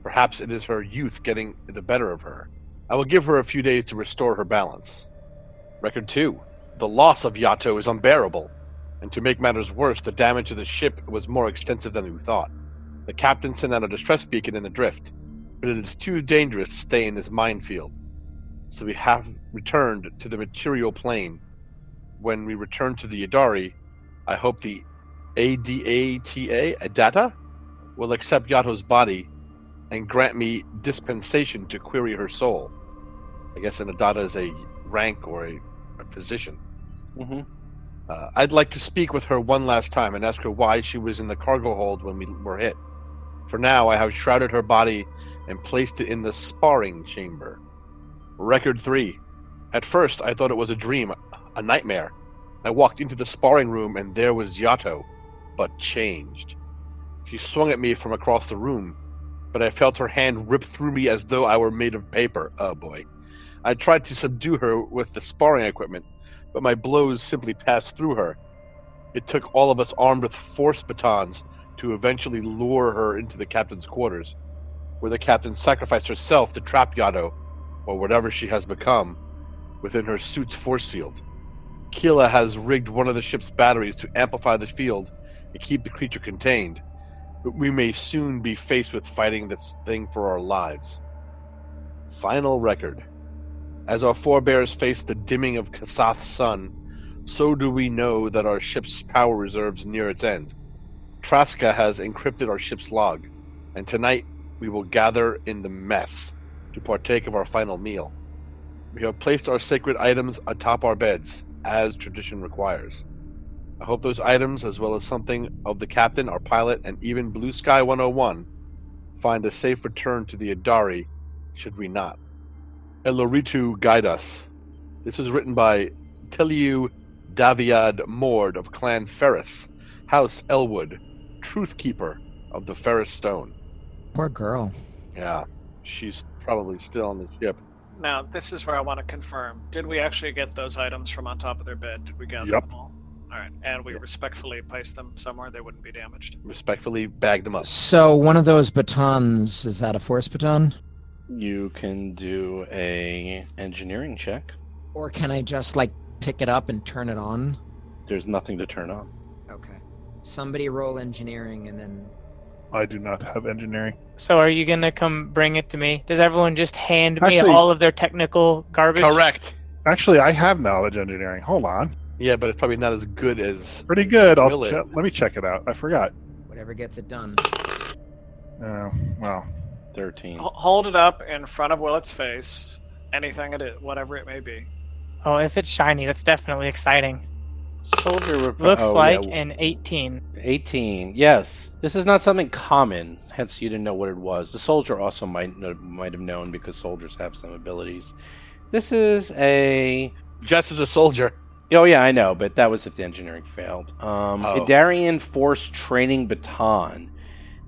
Perhaps it is her youth getting the better of her. I will give her a few days to restore her balance. Record 2. The loss of Yato is unbearable, and to make matters worse, the damage to the ship was more extensive than we thought. The captain sent out a distress beacon in the drift, but it is too dangerous to stay in this minefield. So we have returned to the material plane. When we return to the Yadari, I hope the ADATA, Adata, will accept Yato's body and grant me dispensation to query her soul. I guess an Adada is a rank or a, a position. Mm-hmm. Uh, I'd like to speak with her one last time and ask her why she was in the cargo hold when we were hit. For now, I have shrouded her body and placed it in the sparring chamber. Record 3. At first, I thought it was a dream, a nightmare. I walked into the sparring room and there was Yato, but changed. She swung at me from across the room, but I felt her hand rip through me as though I were made of paper. Oh boy. I tried to subdue her with the sparring equipment, but my blows simply passed through her. It took all of us armed with force batons to eventually lure her into the captain's quarters, where the captain sacrificed herself to trap Yado, or whatever she has become, within her suit's force field. Kila has rigged one of the ship's batteries to amplify the field and keep the creature contained but we may soon be faced with fighting this thing for our lives. Final record. As our forebears face the dimming of Kasath's sun, so do we know that our ship's power reserves near its end. Traska has encrypted our ship's log, and tonight we will gather in the mess to partake of our final meal. We have placed our sacred items atop our beds, as tradition requires. I hope those items, as well as something of the captain, our pilot, and even Blue Sky 101, find a safe return to the Adari, should we not. Eloritu, guide us. This was written by Teliu Daviad Mord of Clan Ferris, House Elwood, Truth Keeper of the Ferris Stone. Poor girl. Yeah, she's probably still on the ship. Now, this is where I want to confirm. Did we actually get those items from on top of their bed? Did we gather Yep. them all? All right, and we respectfully placed them somewhere they wouldn't be damaged. Respectfully bag them up. So one of those batons is that a force baton, You can do a engineering check. or can I just like pick it up and turn it on? There's nothing to turn on. Okay. Somebody roll engineering and then. I do not have engineering. So are you gonna come bring it to me? Does everyone just hand me Actually- all of their technical garbage? Correct. Actually, I have knowledge engineering. Hold on, Yeah, but it's probably not as good as pretty good. I'll Will it? che- let me check it out. I forgot. Whatever gets it done. Oh, well, Thirteen. H- Oh, hold it up in front of Willett's face, anything it is, whatever it may be. Oh, if it's shiny, that's definitely exciting. Soldier repro- Looks oh, like yeah. an 18. 18. Yes. This is not something common, hence you didn't know what it was. The soldier also might kno- might have known because soldiers have some abilities. This is a just as a soldier. Oh yeah, I know, but that was if the engineering failed. Um Oh. Idarian Force Training Baton.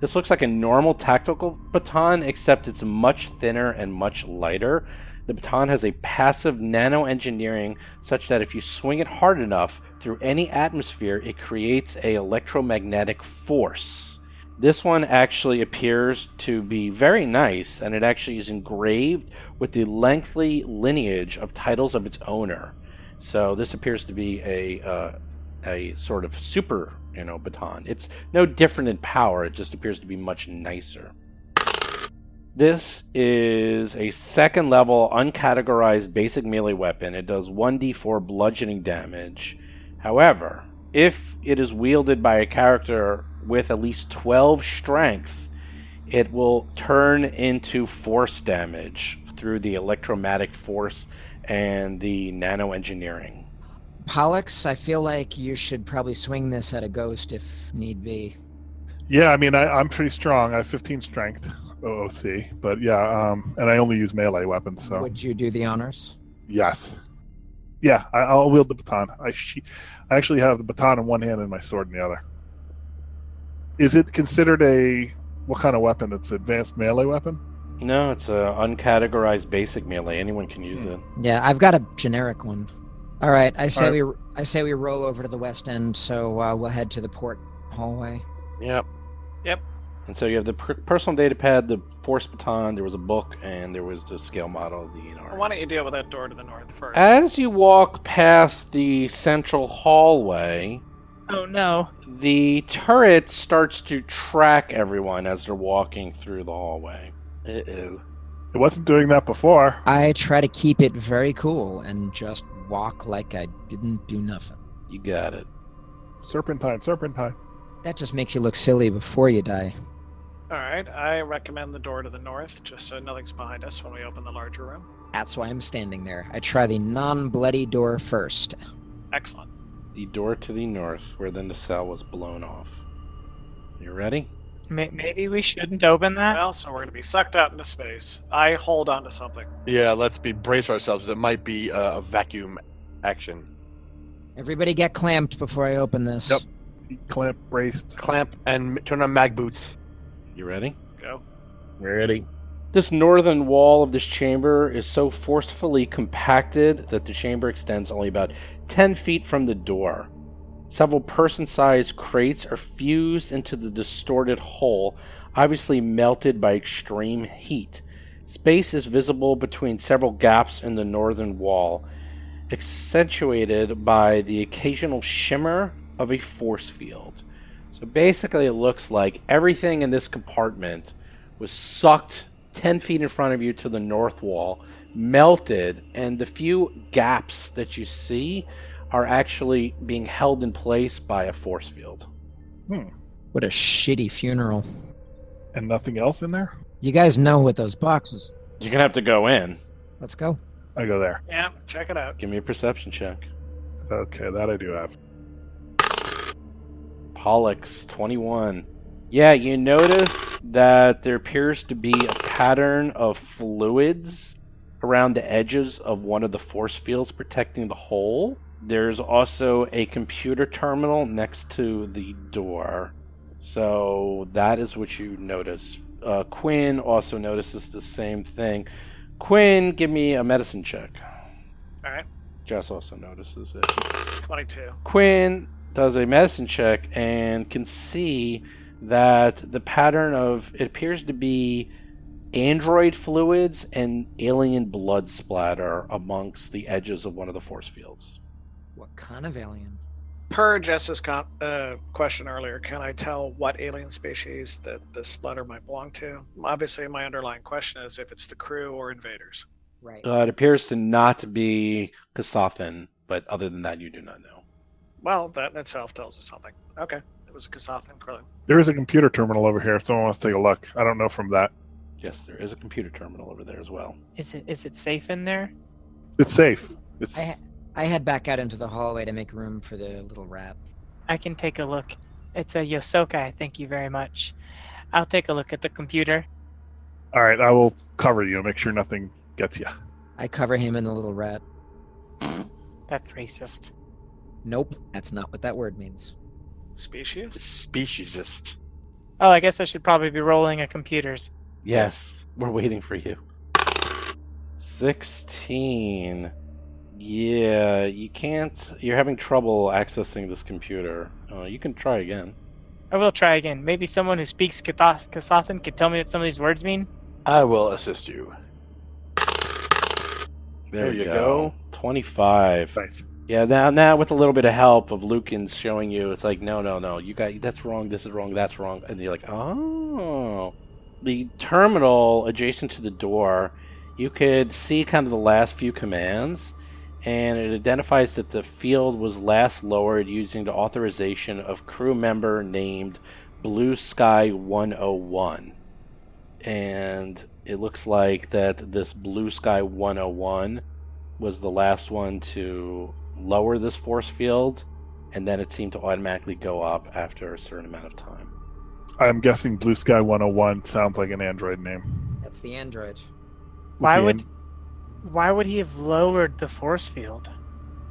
This looks like a normal tactical baton except it's much thinner and much lighter. The baton has a passive nano engineering such that if you swing it hard enough through any atmosphere, it creates a electromagnetic force. This one actually appears to be very nice, and it actually is engraved with the lengthy lineage of titles of its owner. So this appears to be a uh, a sort of super, you know, baton. It's no different in power. It just appears to be much nicer. This is a second level uncategorized basic melee weapon. It does 1d4 bludgeoning damage. However, if it is wielded by a character with at least 12 strength, it will turn into force damage through the electromagnetic force and the nano engineering. Pollux, I feel like you should probably swing this at a ghost if need be. Yeah, I mean, I, I'm pretty strong. I have 15 strength OOC, but yeah, um, and I only use melee weapons, so Would you do the honors? yes, yeah, I, I'll wield the baton. I she, I actually have the baton in one hand and my sword in the other. Is it considered a what kind of weapon? It's advanced melee weapon. No, it's a uncategorized basic melee. Anyone can use Hmm. it. Yeah, I've got a generic one. All right, I say All we I say we roll over to the west end, so uh, we'll head to the port hallway. Yep. And so you have the per- personal data pad, the force baton, there was a book, and there was the scale model of the ENR. Why don't you deal with that door to the north first? As you walk past the central hallway, Oh no. the turret starts to track everyone as they're walking through the hallway. Uh oh. It wasn't doing that before. I try to keep it very cool and just walk like I didn't do nothing. You got it. Serpentine, serpentine. That just makes you look silly before you die. All right, I recommend the door to the north, just so nothing's behind us when we open the larger room. That's why I'm standing there. I try the non-bloody door first. Excellent. The door to the north, where then the cell was blown off. You ready? May- Maybe we shouldn't open that. Well, so we're gonna be sucked out into space. I hold on to something. Yeah, let's be brace ourselves. It might be uh, a vacuum action. Everybody get clamped before I open this. Yep. Clamp braced. Clamp and m- turn on mag boots. You ready? Go. Ready? This northern wall of this chamber is so forcefully compacted that the chamber extends only about 10 feet from the door. Several person sized crates are fused into the distorted hole, obviously melted by extreme heat. Space is visible between several gaps in the northern wall, accentuated by the occasional shimmer of a force field. So basically, it looks like everything in this compartment was sucked 10 feet in front of you to the north wall, melted, and the few gaps that you see are actually being held in place by a force field. What a shitty funeral. And nothing else in there? You guys know what those boxes. You're going to have to go in. Let's go. I go there. Yeah, check it out. Give me a perception check. Okay, that I do have. Pollux 21. Yeah, you notice that there appears to be a pattern of fluids around the edges of one of the force fields protecting the hole. There's also a computer terminal next to the door. So that is what you notice. Uh, Quinn also notices the same thing. Quinn, give me a medicine check. All right, Jess also notices it. twenty-two. Quinn does a medicine check and can see that the pattern of it appears to be android fluids and alien blood splatter amongst the edges of one of the force fields. What kind of alien? Per Jess's con- uh, question earlier, can I tell what alien species that this splatter might belong to? Obviously, my underlying question is if it's the crew or invaders. Right. Uh, it appears to not be Kasathan, but other than that, you do not know. Well, that in itself tells us something. Okay, it was a Kasathan crew. There is a computer terminal over here if someone wants to take a look. I don't know from that. Yes, there is a computer terminal over there as well. Is it is it safe in there? It's safe. It's I, I head back out into the hallway to make room for the little rat. I can take a look. It's a Yosokai. Thank you very much. I'll take a look at the computer. all right. I will cover you. Make sure nothing gets you. I cover him in the little rat. That's racist. Nope, that's not what that word means. Species? Speciesist. Oh, I guess I should probably be rolling a computers. Yes, we're waiting for you. 16. Yeah, you can't. You're having trouble accessing this computer. Uh, you can try again. I will try again. Maybe someone who speaks Kathas- Kasathan could tell me what some of these words mean. I will assist you. There, There you you go. go. 25. Nice. Yeah, now now with a little bit of help of Lucan's showing you, it's like, no, no, no, you got that's wrong, this is wrong, that's wrong, and you're like, oh. The terminal adjacent to the door, you could see kind of the last few commands, and it identifies that the field was last lowered using the authorization of crew member named Blue Sky 101 and it looks like that this Blue Sky 101 was the last one to lower this force field, and then it seemed to automatically go up after a certain amount of time. I'm guessing Blue Sky 101 sounds like an Android name. That's the android. With Why the would- an- Why would he have lowered the force field?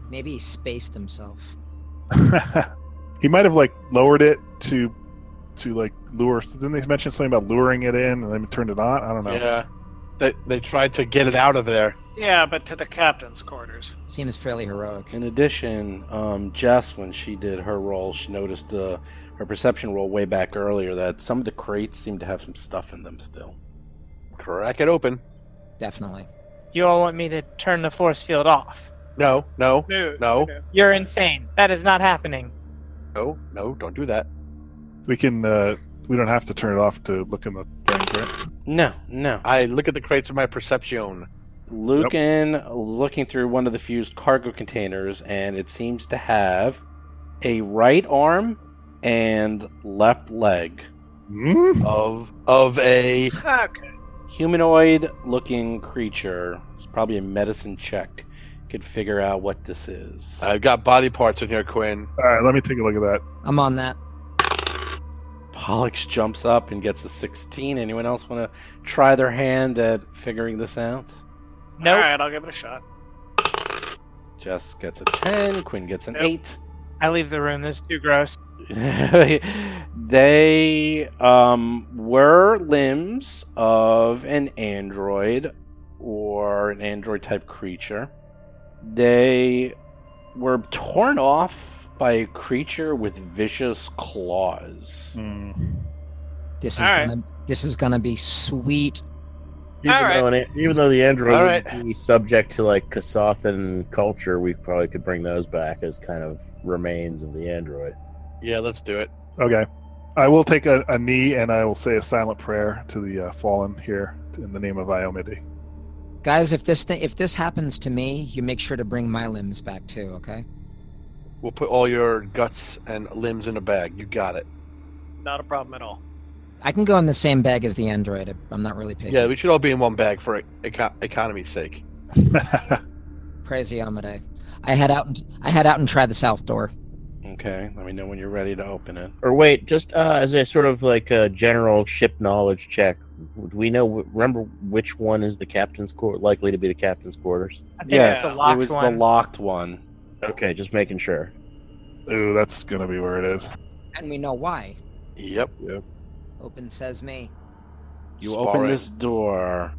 Maybe he spaced himself. he might have like lowered it to to like lure didn't they mention something about luring it in and then turned it on i don't know Yeah, they they tried to get it out of there. Yeah, but to the captain's quarters. Seems fairly heroic. In addition, um, Jess, when she did her roll, she noticed uh, her perception roll way back earlier that some of the crates seemed to have some stuff in them still. Crack it open. Definitely. You all want me to turn the force field off? No, no, No. No. You're insane. That is not happening. no, no. Don't do that. we can uh we don't have to turn it off to look in the things right No, no. I look at the crates with my perception. Lucan looking through one of the fused cargo containers, and it seems to have a right arm and left leg. Hmm? of of a Okay. Humanoid looking creature. It's probably a medicine check. Could figure out what this is. I've got body parts in here, Quinn. all right let me take a look at that I'm on that. Pollux jumps up and gets a 16. Anyone else want to try their hand at figuring this out? Nope. All right, I'll give it a shot. Jess gets a 10. Quinn gets an Nope. 8. I leave the room. This is too gross. they um, were limbs of an android or an android type creature. They were torn off by a creature with vicious claws. Hmm. This is All right. gonna this is gonna be sweet. Even, All right. though an, even though the android All would right. be subject to like Kasathan culture, we probably could bring those back as kind of remains of the android. Yeah, let's do it. okay i will take a, a knee and i will say a silent prayer to the uh, fallen here in the name of iomide Guys, if this thing if this happens to me, you make sure to bring my limbs back too, okay? We'll put all your guts and limbs in a bag. You got it. Not a problem at all. I can go in the same bag as the android. I'm not really picky. Yeah, we should all be in one bag for e-, eco- economy's sake. Praise Yamade. I head out and I head out and try the south door. Okay, let me know when you're ready to open it. Or wait, just uh, as a sort of like a general ship knowledge check, do we know remember which one is the captain's quarter likely to be the captain's quarters? I think Yes, it's the it locked was one. the locked one. Okay, just making sure. Ooh, that's gonna be where it is And we know why. Yep. Open says me. You Sparring. open this door.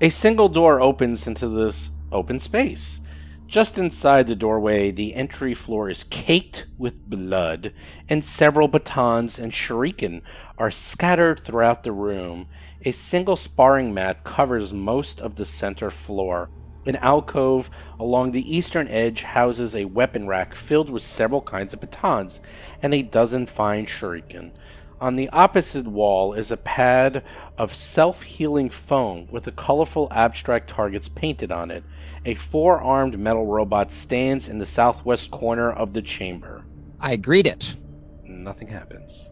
A single door opens into this open space. Just inside the doorway, the entry floor is caked with blood, and several batons and shuriken are scattered throughout the room. A single sparring mat covers most of the center floor. An alcove along the eastern edge houses a weapon rack filled with several kinds of batons and a dozen fine shuriken. On the opposite wall is a pad of self healing foam with the colorful abstract targets painted on it. A four armed metal robot stands in the southwest corner of the chamber. I greet it. Nothing happens.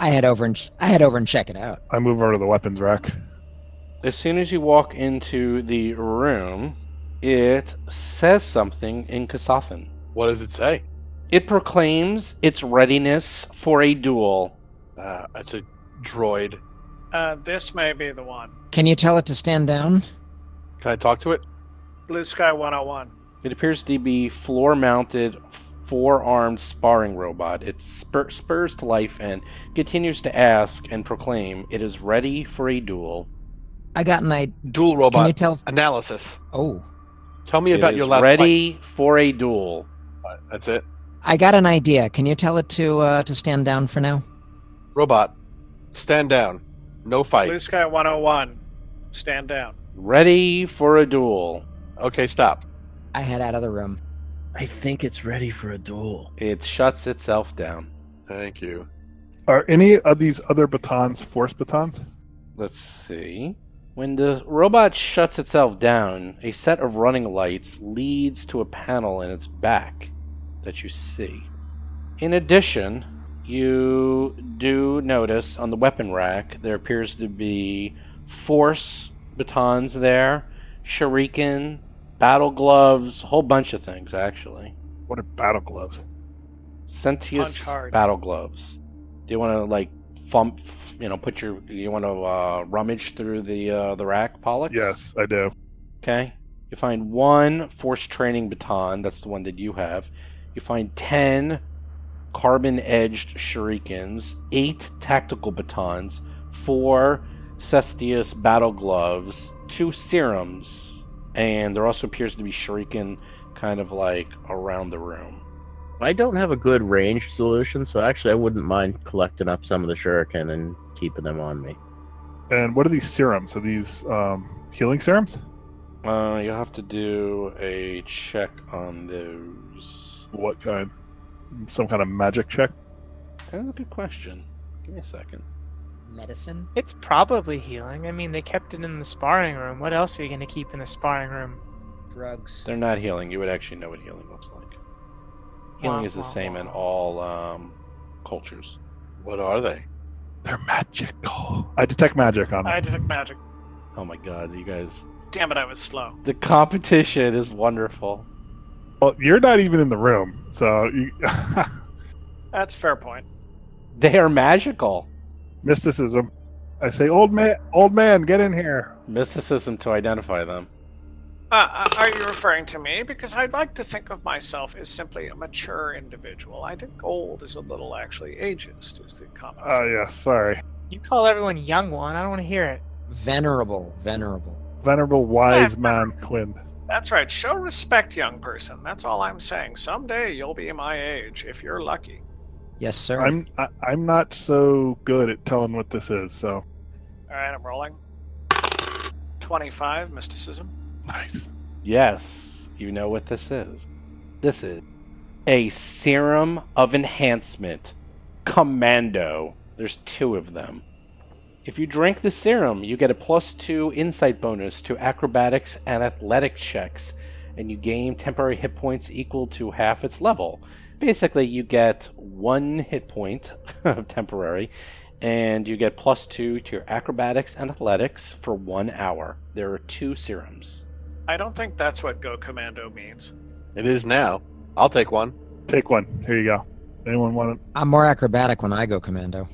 I head over and ch- I head over and check it out. i move over to the weapons rack As soon as you walk into the room, it says something in Kasathan. What does it say? It proclaims its readiness for a duel. Uh, it's a droid. Uh, this may be the one. Can you tell it to stand down? Can I talk to it? Blue Sky 101. It appears to be floor mounted, four armed sparring robot. It spur- spurs to life and continues to ask and proclaim it is ready for a duel. I got an idea. Dual Can you robot tell? analysis. Oh, Tell me It about is your last Ready for a duel. fight. That's it. I got an idea. Can you tell it to uh, to stand down for now? Robot, stand down. No fight. Blue Sky 101, stand down. Ready for a duel. Okay, stop. I head out of the room. I think it's ready for a duel. It shuts itself down. Thank you. Are any of these other batons force batons? Let's see. When the robot shuts itself down, a set of running lights leads to a panel in its back that you see. In addition, you do notice on the weapon rack there appears to be force batons there, shuriken, battle gloves, whole bunch of things actually. What are battle gloves? Punch Sentius hard. battle gloves. Do you want to like thump? You know, put your. You want to uh, rummage through the uh, the rack, Pollux? Yes, I do. Okay. You find one force training baton. That's the one that you have. You find ten carbon edged shurikens, eight tactical batons, four Cestius battle gloves, two serums, and there also appears to be shuriken kind of like around the room. I don't have a good range solution, so actually I wouldn't mind collecting up some of the shuriken and keeping them on me. And what are these serums? Are these um, healing serums? Uh, you'll have to do a check on those. What kind? Some kind of magic check? That's a good question. Give me a second. Medicine. It's probably healing. I mean, they kept it in the sparring room. What else are you going to keep in the sparring room? Drugs. They're not healing. You would actually know what healing looks like. Healing is the same in all um, cultures. What are they? They're magical. I detect magic on them. I detect magic. Oh my god, you guys. Damn it, I was slow. The competition is wonderful. Well, Oh, you're not even in the room, so you, That's a fair point. They are magical. mysticism. I say, old man, old man, get in here. Mysticism to identify them. Uh, uh, are you referring to me? Because I'd like to think of myself as simply a mature individual. I think old is a little actually ageist, is the common. Oh phrase. yeah, sorry, You call everyone young one. I don't want to hear it. Venerable. Venerable. venerable wise man Quinn. That's right. Show respect, young person. That's all I'm saying. Someday you'll be my age, if you're lucky. Yes, sir. I'm I, I'm not so good at telling what this is, so All right, I'm rolling. 25, mysticism. nice. Yes, you know what this is. This is a serum of enhancement. Commando. There's two of them. If you drink the serum, you get a plus two insight bonus to acrobatics and athletic checks, and you gain temporary hit points equal to half its level. Basically, you get one hit point of temporary, and you get plus two to your acrobatics and athletics for one hour. There are two serums. I don't think that's what Go Commando means. It is now. I'll take one. Take one. Here you go. Anyone want it? I'm more acrobatic when I go commando.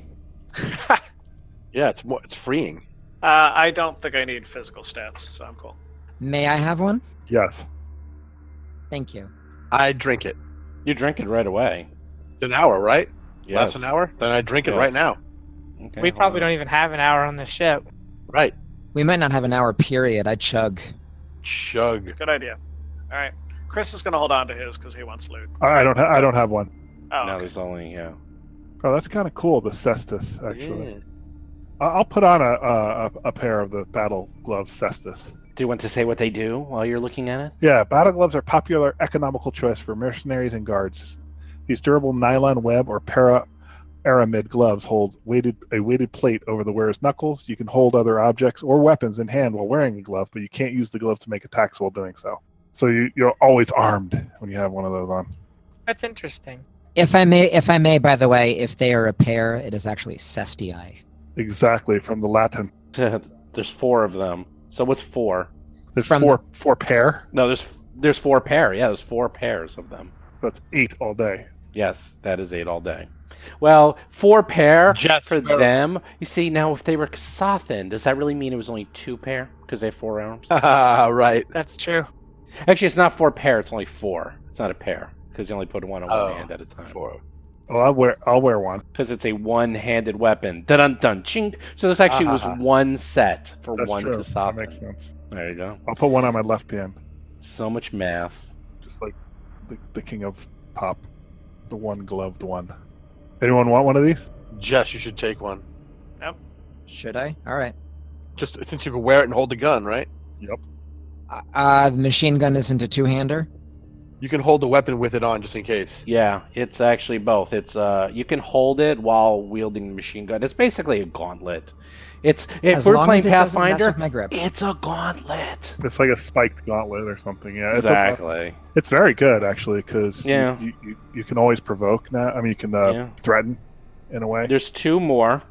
Yeah, it's more. It's freeing. Uh, I don't think I need physical stats, so I'm cool. May I have one? Yes. Thank you. I drink it. You drink it right away. It's an hour, right? Yes. Lasts an hour. Then I drink it Yes. right now. Okay, we hold on. probably don't even have an hour on the ship. Right. We might not have an hour period. I chug. Chug. Good idea. All right. Chris is going to hold on to his because he wants loot. I, I don't. Ha- I don't have one. Oh, No, okay. there's only yeah. Oh, that's kind of cool. The cestus, actually. Yeah. I- I'll put on a, a a- a pair of the battle glove cestus. Do you want to say what they do while you're looking at it? Yeah, battle gloves are popular economical choice for mercenaries and guards. These durable nylon web or para aramid gloves hold weighted a weighted plate over the wearer's knuckles. You can hold other objects or weapons in hand while wearing a glove, but you can't use the glove to make attacks while doing so. So you, you're always armed when you have one of those on. That's interesting. If I may, if I may, by the way, if they are a pair, it is actually cestii. Exactly from the Latin. there's four of them. So what's four? There's From- four four pair. No, there's there's four pair. Yeah, there's four pairs of them. That's eight all day. Yes, that is eight all day. Well, four pair Just for for- them. You see, now if they were Kasathan, does that really mean it was only two pair because they have four arms? right. That's true. Actually, it's not four pair. It's only four. It's not a pair because you only put one on one Oh, hand at a time. Four. Well, I'll wear I'll wear one. because it's a one-handed weapon. Dun dun dun chink. So this actually was one set for That's one true. That Kasatha. makes sense. There you go. I'll put one on my left hand, So much math. just like the, the king of pop, the one gloved one. Anyone want one of these? Jess, you should take one. Should I? All right. Just since you can wear it and hold the gun, right? Uh, Uh, the machine gun isn't a two-hander. You can hold the weapon with it on just in case. Yeah, it's actually both. It's uh, you can hold it while wielding the machine gun. It's basically a gauntlet. It's if as we're long playing as it doesn't mess Pathfinder, with my grip. it's a gauntlet. It's like a spiked gauntlet or something. Yeah, it's a- Exactly. It's very good actually because Yeah. you, you, you can always provoke now. I mean, you can uh, Yeah. threaten in a way. There's two more.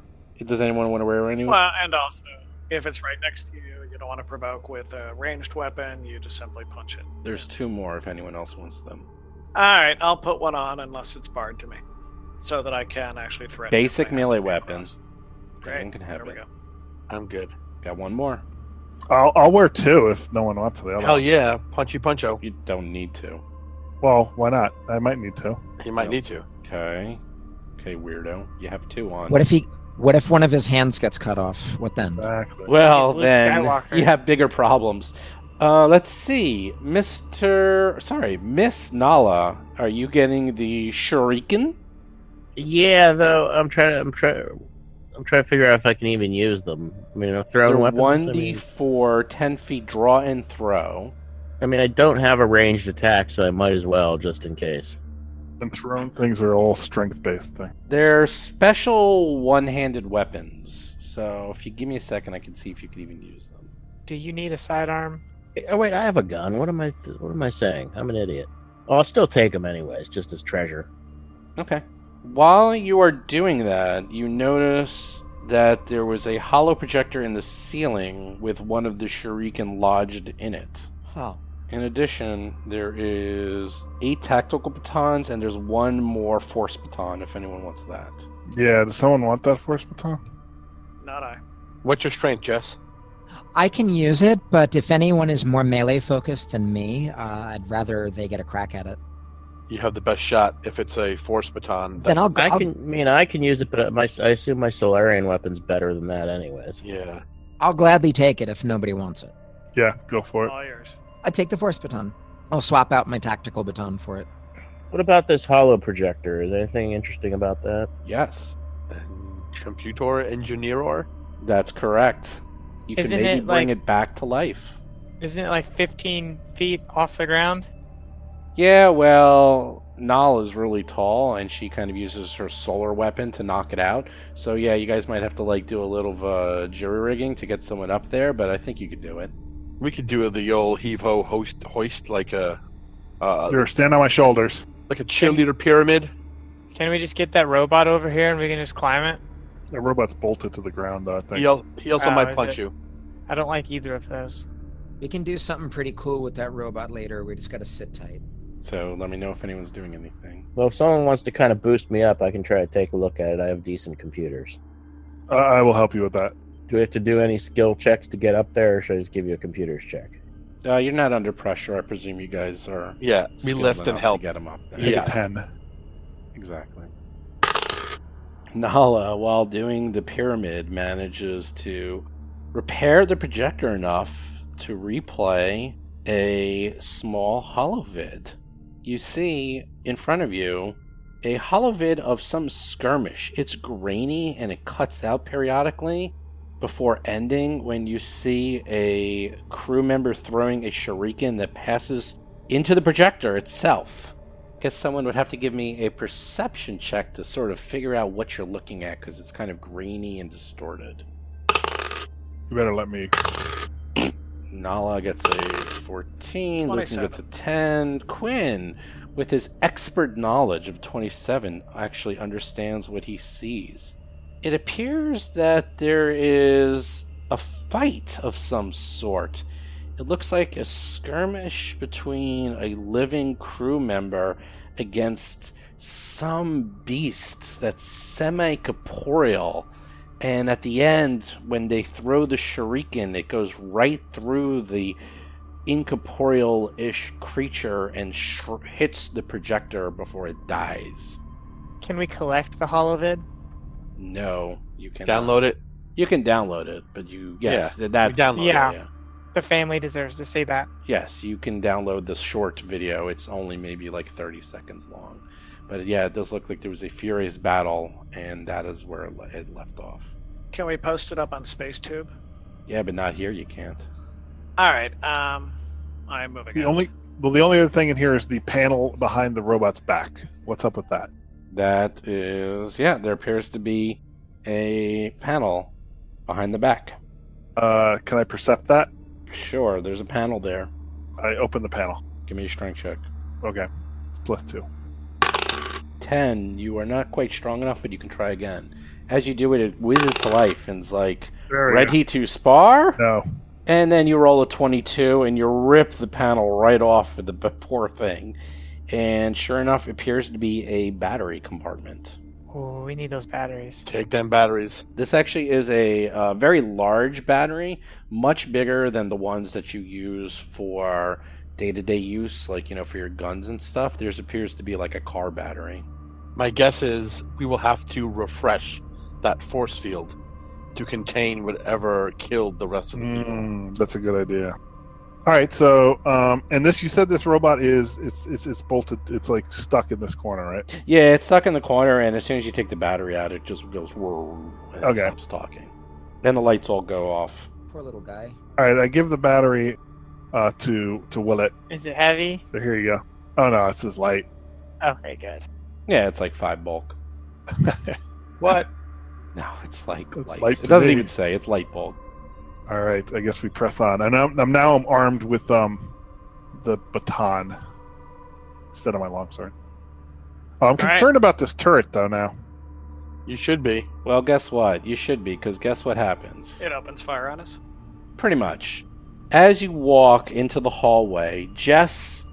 Does anyone want to wear any? Well, and also, if it's right next to you, you don't want to provoke with a ranged weapon. You just simply punch it. There's two more if anyone else wants them. All right, I'll put one on unless it's barred to me, so that I can actually threaten. if Basic I have melee to come weapons. across. Anyone Great. can have There we it. go. I'm good. Got one more. I'll, I'll wear two if no one wants the other. Hell yeah, punchy puncho. You don't need to. Well, why not? I might need to. You might Yep. need to. Okay. Okay, weirdo. You have two on. What if he? What if one of his hands gets cut off? What then? Exactly. Well, It's Luke then Skywalker. you have bigger problems. Uh, let's see, Mister. Sorry, Miss Nala. Are you getting the shuriken? Yeah, though I'm trying. I'm trying. I'm trying to figure out if I can even use them. I mean, I'm throwing weapons. One I d mean, four, ten feet draw and throw. I mean, I don't have a ranged attack, so I might as well just in case. And thrown things are all strength based thing. They're special one-handed weapons. So if you give me a second, I can see if you can even use them. Do you need a sidearm? Oh wait, I have a gun. What am I? Th- what am I saying? I'm an idiot. Well, I'll still take them anyways, just as treasure. Okay. While you are doing that, you notice that there was a hollow projector in the ceiling with one of the shuriken lodged in it. Oh. In addition, there is eight tactical batons and there's one more force baton if anyone wants that. Yeah, does someone want that force baton? Not I. What's your strength, Jess? I can use it, but if anyone is more melee focused than me, uh, I'd rather they get a crack at it. You have the best shot if it's a force baton. Then I'll. I I'll- can. I mean, I can use it, but my I assume my Solarian weapon's better than that, anyways. Yeah. I'll gladly take it if nobody wants it. Yeah, go for it. All yours. I take the force baton. I'll swap out my tactical baton for it. What about this hollow projector? Is there anything interesting about that? Yes, And computer engineer. that's correct. You Isn't can maybe it, bring like- it back to life. Isn't it like 15 feet off the ground? Yeah, well, Nal is really tall and she kind of uses her solar weapon to knock it out. So yeah, you guys might have to like do a little of, uh, jury rigging to get someone up there, but I think you could do it. We could do the old heave ho hoist hoist like a uh, Here, stand on my shoulders. like a cheerleader pyramid. Can we just get that robot over here and we can just climb it? The robot's bolted to the ground, though, I think. He, al- he also Oh, might is punch it? you. I don't like either of those. We can do something pretty cool with that robot later. We just gotta sit tight. So let me know if anyone's doing anything. Well, if someone wants to kind of boost me up, I can try to take a look at it. I have decent computers. Uh, I will help you with that. Do we have to do any skill checks to get up there, or should I just give you a computers check? Uh, you're not under pressure. I presume you guys are. Yeah, we skilled lift enough and to help. Get him up there. Take Yeah. a 10. Exactly. Nala, while doing the pyramid, manages to repair the projector enough to replay a small holovid. You see in front of you a holovid of some skirmish. It's grainy and it cuts out periodically before ending when you see a crew member throwing a shuriken that passes into the projector itself guess someone would have to give me a perception check to sort of figure out what you're looking at because it's kind of grainy and distorted. You better let me. Nala gets a 14, Lucan 27. gets a 10. Quinn, with his expert knowledge of 27, actually understands what he sees. It appears that there is a fight of some sort. It looks like a skirmish between a living crew member against some beast that's semi corporeal. And at the end, when they throw the shuriken, it goes right through the incorporeal ish creature and sh- hits the projector before it dies. Can we collect the holovid? No, you can Download it. You can download it, but you yes, th- that's You download it. Yeah. The family deserves to see that. Yes, you can download the short video. It's only maybe like 30 seconds long. But yeah, it does look like there was a furious battle, and that is where it le- it left off. Can we post it up on SpaceTube? Yeah, but not here, you can't. All right. Um, I'm moving. The on. only well, the only other thing in here is the panel behind the robot's back. What's up with that? That is, yeah, there appears to be a panel behind the back. Uh, can I percept that? Sure, there's a panel there. I open the panel. Give me a strength check. Okay, it's plus two. 10, you are not quite strong enough, but you can try again. As you do it, it whizzes to life and is like, There Red Heat to Spar? No, And then you roll a 22 and you rip the panel right off of the p- poor thing. And sure enough, it appears to be a battery compartment. Ooh, we need those batteries. Take them batteries. This actually is a uh, very large battery, much bigger than the ones that you use for day to day use, like, you know, for your guns and stuff. There's appears to be like a car battery. My guess is we will have to refresh that force field to contain whatever killed the rest of the people. Mm, that's a good idea. All right, so um, and this you said this robot is it's it's it's bolted. It's like stuck in this corner, right? Yeah, it's stuck in the corner, and as soon as you take the battery out, it just goes whirr and Okay. it stops talking. Then the lights all go off. Poor little guy. All right, I give the battery uh, to to Willet. Is it heavy? So here you go. Oh no, it's his light. Okay, good. Yeah, it's like five bulk. What? No, it's like It's light. light it doesn't today. even say it's light bulb. All right, I guess we press on. And I'm, I'm now I'm armed with um the baton instead of my long sword. Oh, I'm right. concerned about this turret though now. You should be. Well, guess what? You should be, because guess what happens? It opens fire on us. Pretty much. As you walk into the hallway, Jess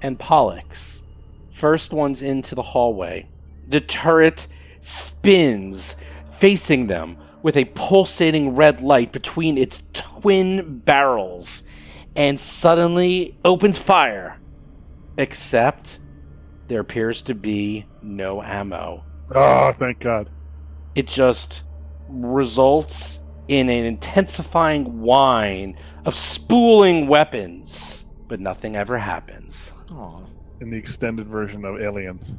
and Pollux, first ones into the hallway, the turret spins facing them with a pulsating red light between its twin barrels and suddenly opens fire. Except there appears to be no ammo. Oh, thank God. it just results in an intensifying whine of spooling weapons, but nothing ever happens. Aw. In the extended version of Aliens,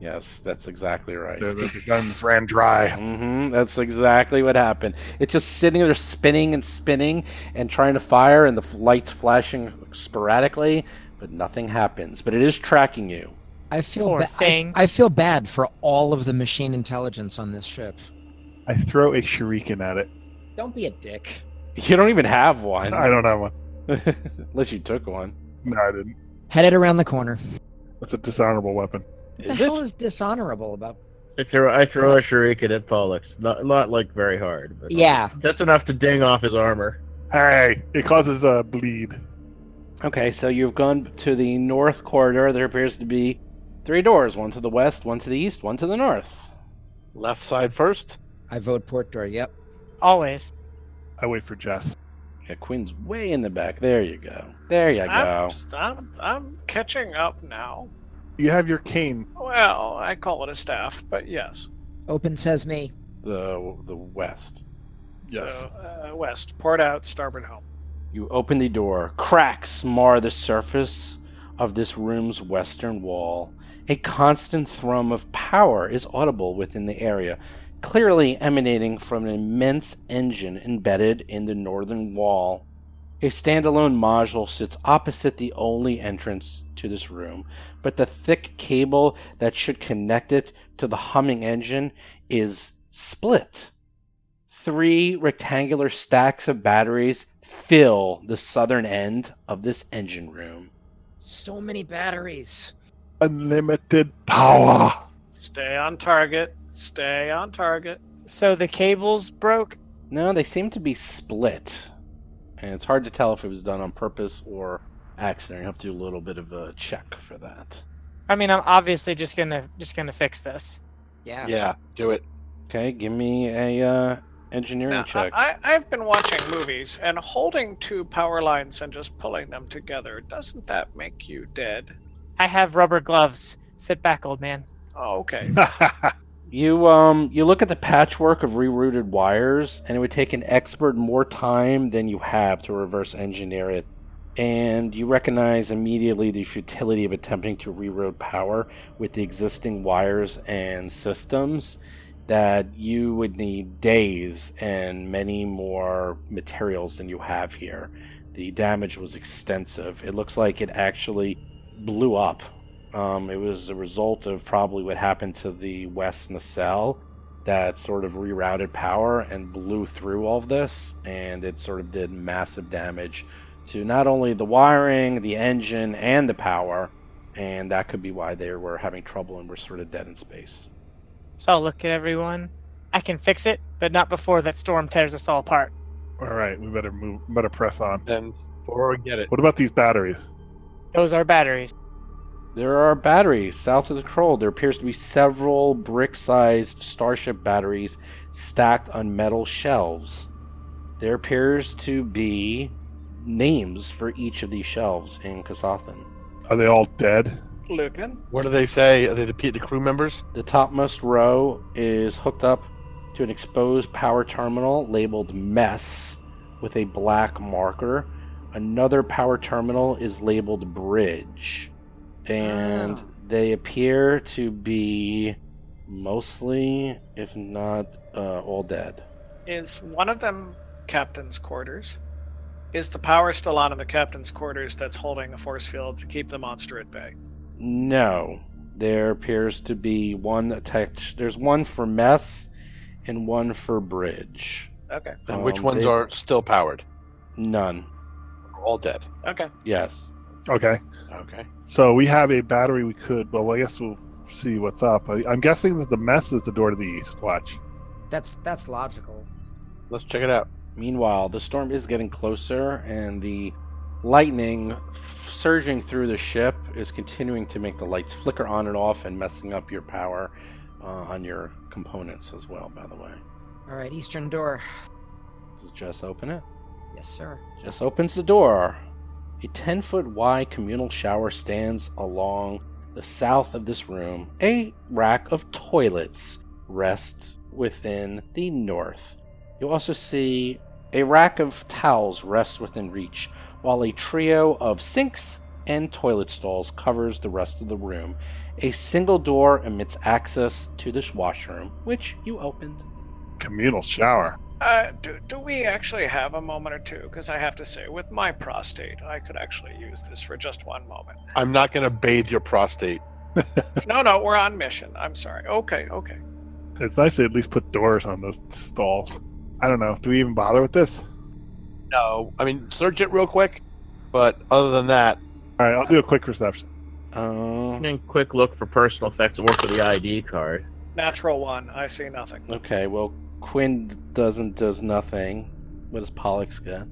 Yes, that's exactly right. the, the guns ran dry. hmm that's exactly what happened. It's just sitting there spinning and spinning and trying to fire, and the f- lights flashing sporadically, but nothing happens. But it is tracking you. I feel Poor ba- I- thing. I, feel bad for all of the machine intelligence on this ship. I throw a shuriken at it. Don't be a dick. You don't even have one. I don't have one. Unless you took one. No, I didn't. Headed around the corner. That's a dishonorable weapon. What the hell is dishonorable about? I throw, I throw a shuriken at Pollux. Not, not like very hard, but Yeah, just enough to ding off his armor. Hey, it causes a bleed. Okay, so you've gone to the north corridor. There appears to be three doors one to the west, one to the east, one to the north. Left side first. I vote port door. Yep. Always. I wait for Jess. Yeah, Quinn's way in the back. There you go. There you I'm, go. I'm, I'm catching up now. You have your cane. Well, I call it a staff, but yes. Open says me. The the west. Yes. So, uh, west, port out, starboard home. You open the door. Cracks mar the surface of this room's western wall. A constant thrum of power is audible within the area, clearly emanating from an immense engine embedded in the northern wall. A standalone module sits opposite the only entrance to this room, but the thick cable that should connect it to the humming engine is split. Three rectangular stacks of batteries fill the southern end of this engine room. So many batteries. Unlimited power. Stay on target. Stay on target. So the cables broke. No, they seem to be split. And it's hard to tell if it was done on purpose or accident. You have to do a little bit of a check for that. I mean, I'm obviously just gonna just gonna fix this. Yeah. Yeah, do it. Okay, give me a uh, engineering Now, check. I, I- I've been watching movies, and holding two power lines and just pulling them together, doesn't that make you dead? I have rubber gloves. Sit back, old man. Oh, okay. You um you look at the patchwork of rerouted wires, and it would take an expert more time than you have to reverse engineer it. And you recognize immediately the futility of attempting to reroute power with the existing wires and systems that you would need days and many more materials than you have here. The damage was extensive. It looks like it actually blew up um, it was a result of probably what happened to the West Nacelle that sort of rerouted power and blew through all of this, and it sort of did massive damage to not only the wiring, the engine, and the power, and that could be why they were having trouble and were sort of dead in space. So I'll look at everyone. I can fix it, but not before that storm tears us all apart. All right, we better move. Better press on. And forget it. What about these batteries? Those are batteries. There are batteries south of the Kroll. There appears to be several brick sized starship batteries stacked on metal shelves. There appears to be names for each of these shelves in Kasathan. Are they all dead? Lucan. What do they say? Are they the, pe- the crew members? The topmost row is hooked up to an exposed power terminal labeled Mess with a black marker. Another power terminal is labeled Bridge and Ah. they appear to be mostly, if not uh, all dead. Is one of them captain's quarters? Is the power still on in the captain's quarters that's holding the force field to keep the monster at bay? No, there appears to be one attached. There's one for mess, and one for bridge. Okay. And which Um, ones they- are still powered? None. All dead. Okay. Yes. Okay. Okay. So we have a battery we could. Well, I guess we'll see what's up. I, I'm guessing that the mess is the door to the east. Watch. That's that's logical. Let's check it out. Meanwhile, the storm is getting closer, and the lightning f- surging through the ship is continuing to make the lights flicker on and off and messing up your power uh, on your components as well, by the way. All right, eastern door. Does Jess open it? Yes, sir. Jess opens the door. A 10 foot wide communal shower stands along the south of this room. A rack of toilets rests within the north. You also see a rack of towels rests within reach, while a trio of sinks and toilet stalls covers the rest of the room. A single door emits access to this washroom, which you opened. Communal shower. Uh, do, do we actually have a moment or two? Because I have to say, with my prostate, I could actually use this for just one moment. I'm not going to bathe your prostate. no, no, we're on mission. I'm sorry. Okay, okay. It's nice they at least put doors on those stalls. I don't know. Do we even bother with this? No. I mean, search it real quick. But other than that, All right, I'll do a quick reception. Uh, And quick look for personal effects or for the ID card. Natural one. I see nothing. Okay, well, Quinn doesn't does nothing. What does Pollux get?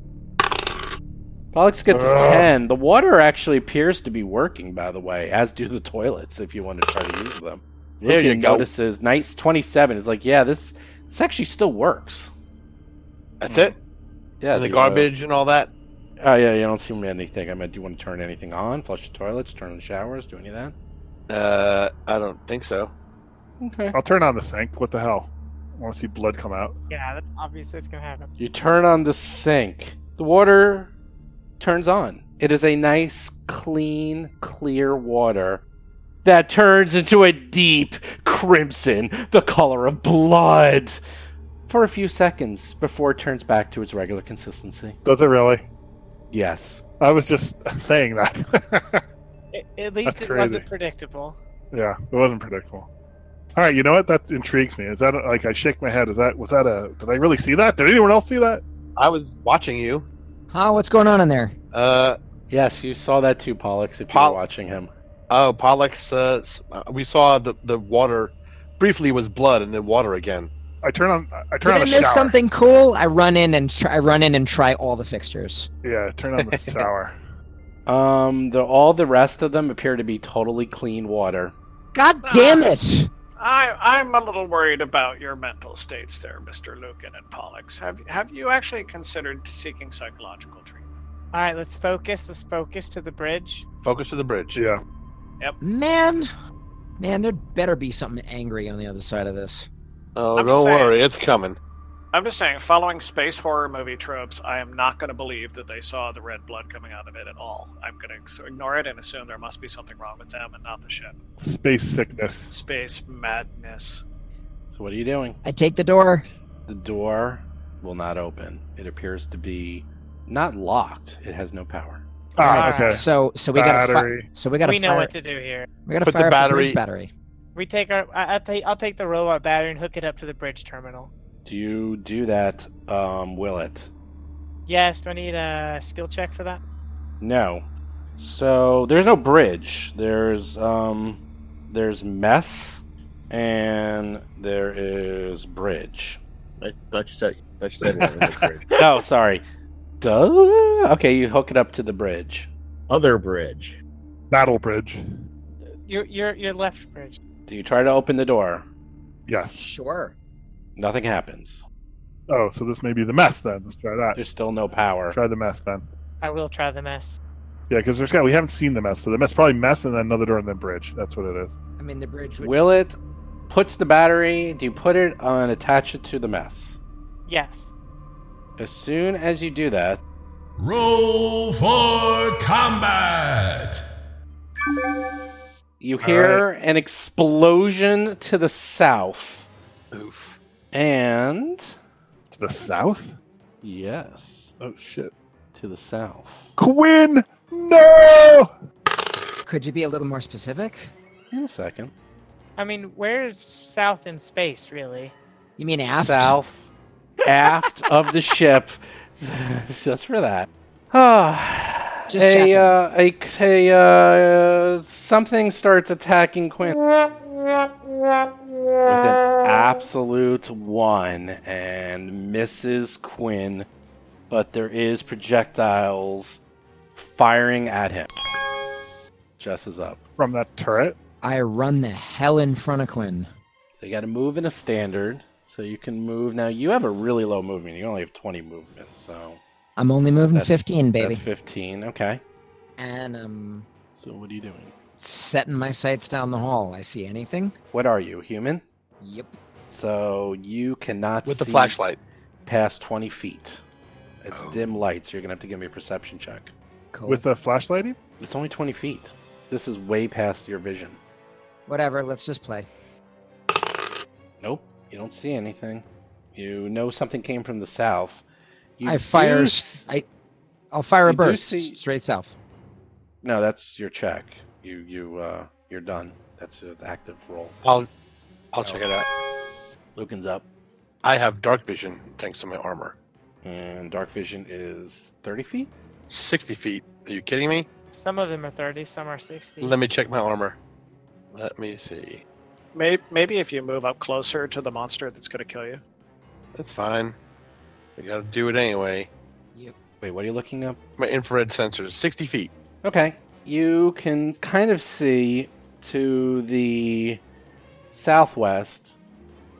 Pollux gets a Uh. ten. The water actually appears to be working, by the way, as do the toilets. If you want to try to use them, There you Lucan go. Notices nights twenty seven is like, yeah, this this actually still works. that's it. Hmm. Yeah, and the uh, garbage and all that. oh yeah, you don't see anything. I meant, do you want to turn anything on? Flush the toilets, turn on the showers, do any of that? Uh, I don't think so. Okay. I'll turn on the sink. What the hell? I want to see blood come out. Yeah, that's obvious it's gonna happen. You turn on the sink. The water turns on. It is a nice, clean, clear water that turns into a deep crimson, the color of blood, for a few seconds before it turns back to its regular consistency. Does it really? Yes. I was just saying that. A- at least That's it crazy. wasn't predictable. yeah, it wasn't predictable. All right, you know what? That intrigues me. Is that like I shake my head? Is that was that a? Did I really see that? Did anyone else see that? I was watching you. Huh? What's going on in there? Uh, Yes, you saw that too, Pollux, if you Pol- were watching him. oh, Pollux. Uh, s- uh, we saw the the water. Briefly was blood and then water again. I turn on. I turn Did on I the miss shower. something cool? I run in and try, I run in and try all the fixtures. Yeah, I turn on the shower. Um, the, all the rest of them appear to be totally clean water. God damn it! I, I'm a little worried about your mental states there, Mr. Lucan and Pollux. Have, have you actually considered seeking psychological treatment? All right, let's focus. Let's focus to the bridge. Focus to the bridge. Yeah. Man, Man, there better be something angry on the other side of this. Oh, I'm don't saying- worry, it's coming. I'm just saying, following space horror movie tropes, I am not going to believe that they saw the red blood coming out of it at all. I'm going to ex- ignore it and assume there must be something wrong with them and not the ship. Space sickness. Space madness. So what are you doing? I take the door. The door will not open. It appears to be not locked. It has no power. Ah, Alright, okay. So so we got to Battery. so we got to we know fire, what to do here. we got to Put the fire up the battery- bridge battery. We take our. I, I'll, take, I'll take the robot battery and hook it up to the bridge terminal. Do you do that? Um, will it? Yes. Do I need a skill check for that? No. So there's no bridge. There's um, there's mess, and there is bridge. I thought you said, I thought you said it was a bridge. oh, sorry. Duh. Okay, you hook it up to the bridge. Other bridge. Battle bridge. Your your your left bridge. Do you try to open the door? Yes. Sure. Nothing happens. Oh, so this may be the mess then. Let's try that. There's still no power. Try the mess then. I will try the mess. Yeah, because there's got we haven't seen the mess. So the mess probably mess and then another door and then bridge. That's what it is. I mean the bridge would Will it puts the battery? Do you put it on? Attach it to the mess. Yes. As soon as you do that, Roll for combat! you hear an explosion to the south. Oof. And To the south? yes, Oh shit. to the south. Quinn! No! could you be a little more specific? In a second. I mean, where is south in space really? You mean aft? South aft of the ship. Just for that. Ah, Just a, checking. uh, a a uh, something starts attacking Quinn with an absolute one and misses Quinn, but there is projectiles firing at him. Jess is up. From that turret? I run the hell in front of Quinn. So you got to move in a standard, so you can move. Now you have a really low movement. You only have 20 movement, so I'm only moving That's- 15, baby. that's 15. Okay. and I'm So what are you doing? setting my sights down the hall. I see anything? What are you, human? Yep. So you cannot With the see flashlight. past 20 feet. It's dim light, so you're gonna have to give me a perception check. Oh. Cool. With a flashlight? even? It's only 20 feet. This is way past your vision. Whatever, let's just play. Nope. You don't see anything. You know something came from the south. You I do fire s- s- I I'll fire You a do burst see- straight south. No, that's your check. You you uh you're done. That's an active roll. I'll Oh. I'll check it out. Lucan's up. I have dark vision thanks to my armor. And dark vision is 30 feet? Sixty feet. Are you kidding me? Some of them are 30, some are 60. Let me check my armor. Let me see. Maybe, maybe if you move up closer to the monster that's going to kill you. That's fine. We gotta do it anyway. Wait, what are you looking up? My infrared sensors, sixty feet. Okay. You can kind of see to the southwest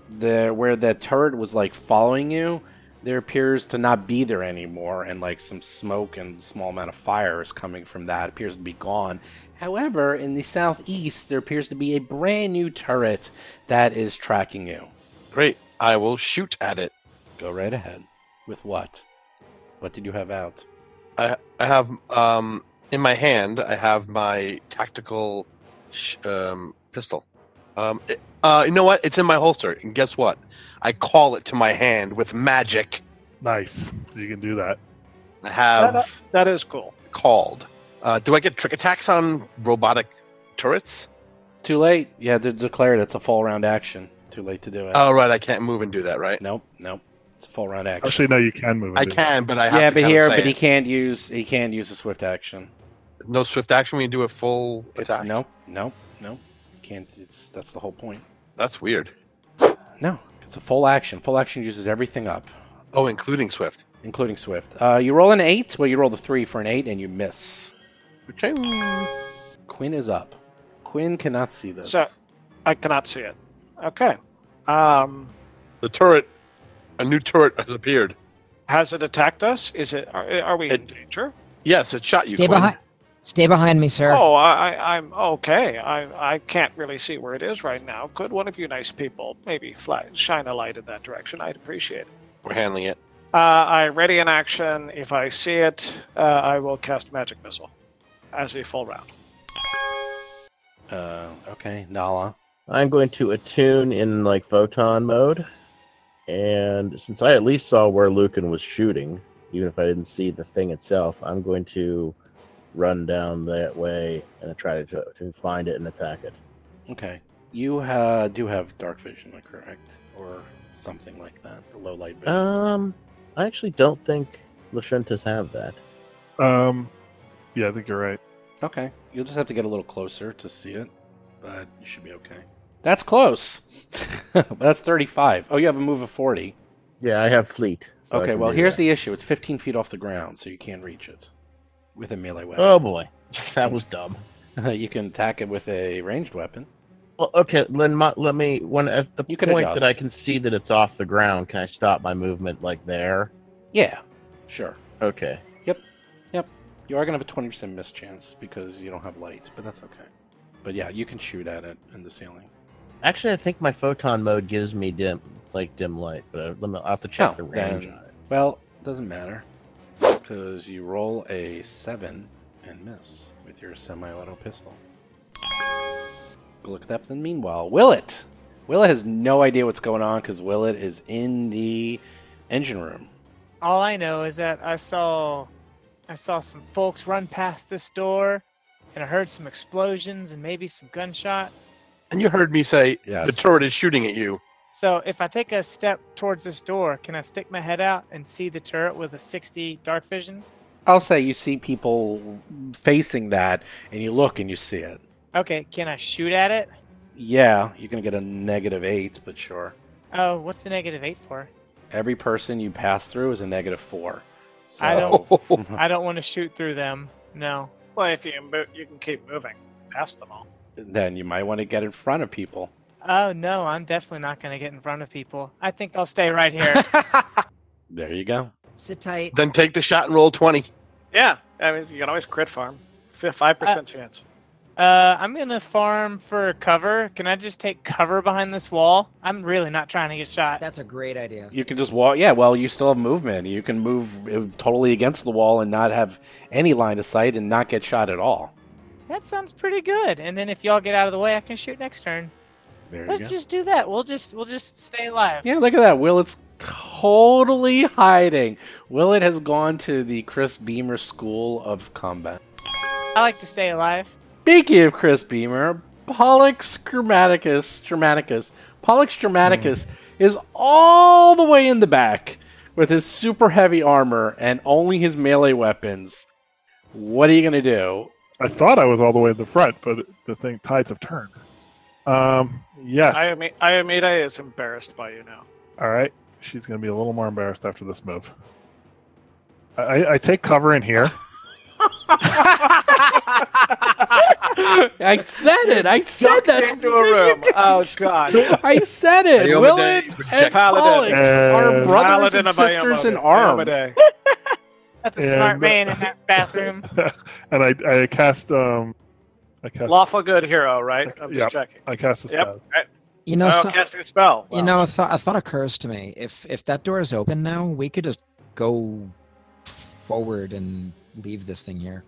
there where that turret was like following you. There appears to not be there anymore, and like some smoke and small amount of fire is coming from that. It appears to be gone. However, in the southeast, there appears to be a brand new turret that is tracking you. Great. I will shoot at it. Go right ahead. With what? What did you have out? I I have um in my hand I have my tactical sh- um pistol. Um it- uh you know what? It's in my holster. And guess what? I call it to my hand with magic. Nice. You can do that. I have Shut That is cool. called. Uh do I get trick attacks on robotic turrets? Too late. You had to declare it. It's a full round action. Too late to do it. Oh right, I can't move and do that, right? Nope, nope. It's a full round action. Actually, no, you can move. and I do can, but Oh, I have yeah, to but kinda here, say but he it. can't use he can't use a swift action. no swift action. We can do a full It's, attack. no, no, no. Can't. It's that's the whole point. That's weird. No, it's a full action. Full action uses everything up, Oh, including swift. including swift. Uh, you roll an eight. Well, you roll the three for an eight, and you miss. Okay. Quinn is up. Quinn cannot see this. So- I cannot see it. Okay. Um, The turret, a new turret has appeared. has it attacked us? Is it? Are, are we in It- danger? Yes, it shot you. Stay Quinn. behind Stay behind me, sir. Oh, I, I, I'm okay. I, I can't really see where it is right now. Could one of you nice people maybe fly, shine a light in that direction? I'd appreciate it. We're handling it. Uh, I ready an action. If I see it, uh, I will cast Magic Missile as a full round. Uh, okay, Nala. I'm going to attune in like photon mode. And since I at least saw where Lucan was shooting, even if I didn't see the thing itself, I'm going to run down that way and try to, to find it and attack it. Okay, you uh, do have dark vision, am I correct, or something like that, or low light vision. Um, I actually don't think Lashuntas have that. Um, yeah, I think you're right. okay, you'll just have to get a little closer to see it, but you should be okay. That's close. That's 35. Oh, you have a move of 40. Yeah, I have fleet. so I okay, can well, do here's that. the issue. It's 15 feet off the ground, so you can't reach it with a melee weapon. Oh boy, that was dumb. you can attack it with a ranged weapon. Well, okay, then my, let me. When at the You can point that I adjust. can see that it's off the ground, can I stop my movement like there? Yeah, sure. Okay. You are going to have a 20% miss chance because you don't have light, but that's okay. But yeah, you can shoot at it in the ceiling. Actually, I think my photon mode gives me dim, like dim light, but I, let me. I'll have to check Oh, the range then- on it. Well, doesn't matter because you roll a seven and miss with your semi-auto pistol. Look it up. Then, meanwhile, Willet, Willet has no idea what's going on because Willet is in the engine room. All I know is that I saw, I saw some folks run past this door, and I heard some explosions and maybe some gunshot. And you heard me say Yes. the turret is shooting at you. So if I take a step towards this door, can I stick my head out and see the turret with a 60 dark vision? I'll say you see people facing that, and you look and you see it. Okay, can I shoot at it? Yeah, you're gonna get a negative eight, but sure. Oh, what's the negative eight for? Every person you pass through is a negative four. So I don't- I don't want to shoot through them. No. Well, if you can, mo- you can keep moving past them all. then you might want to get in front of people. Oh no, I'm definitely not going to get in front of people. I think I'll stay right here. There you go. Sit tight. Then take the shot and roll 20. Yeah, I mean, you can always crit farm. Fi- 5% chance. uh, I'm going to farm for cover. Can I just take cover behind this wall? I'm really not trying to get shot. That's a great idea. You can just walk. Yeah, well, you still have movement. You can move uh, totally against the wall and not have any line of sight and not get shot at all. That sounds pretty good. And then if y'all get out of the way, I can shoot next turn. There Let's just do that. We'll just we'll just stay alive. yeah, look at that. Willet's totally hiding. Willet has gone to the Chris Beamer School of Combat. I like to stay alive. Speaking of Chris Beamer, Pollux Dramaticus, Dramaticus, Pollux Dramaticus is all the way in the back with his super heavy armor and only his melee weapons. What are you going to do? I thought I was all the way in the front, but the thing tides have turned. Um, yes. Iami- Iamida is embarrassed by you now. All right. She's going to be a little more embarrassed after this move. I, I- I take cover in here. I said it. I said that. Ducked into a room. Oh, God. I said it. Iomade Willet and rejected. Pollux are Uh, brothers Paladin and of Iamide. sisters in arms. Iamide. That's a Yeah, smart but- man in that bathroom. and I, I cast. Um, I cast. Lawful good hero, right? I'm just Yep. checking. I cast a Yep. spell. You know, oh, so- casting a spell. you Wow. know, a, thought a thought occurs to me. If if that door is open now, we could just go forward and leave this thing here.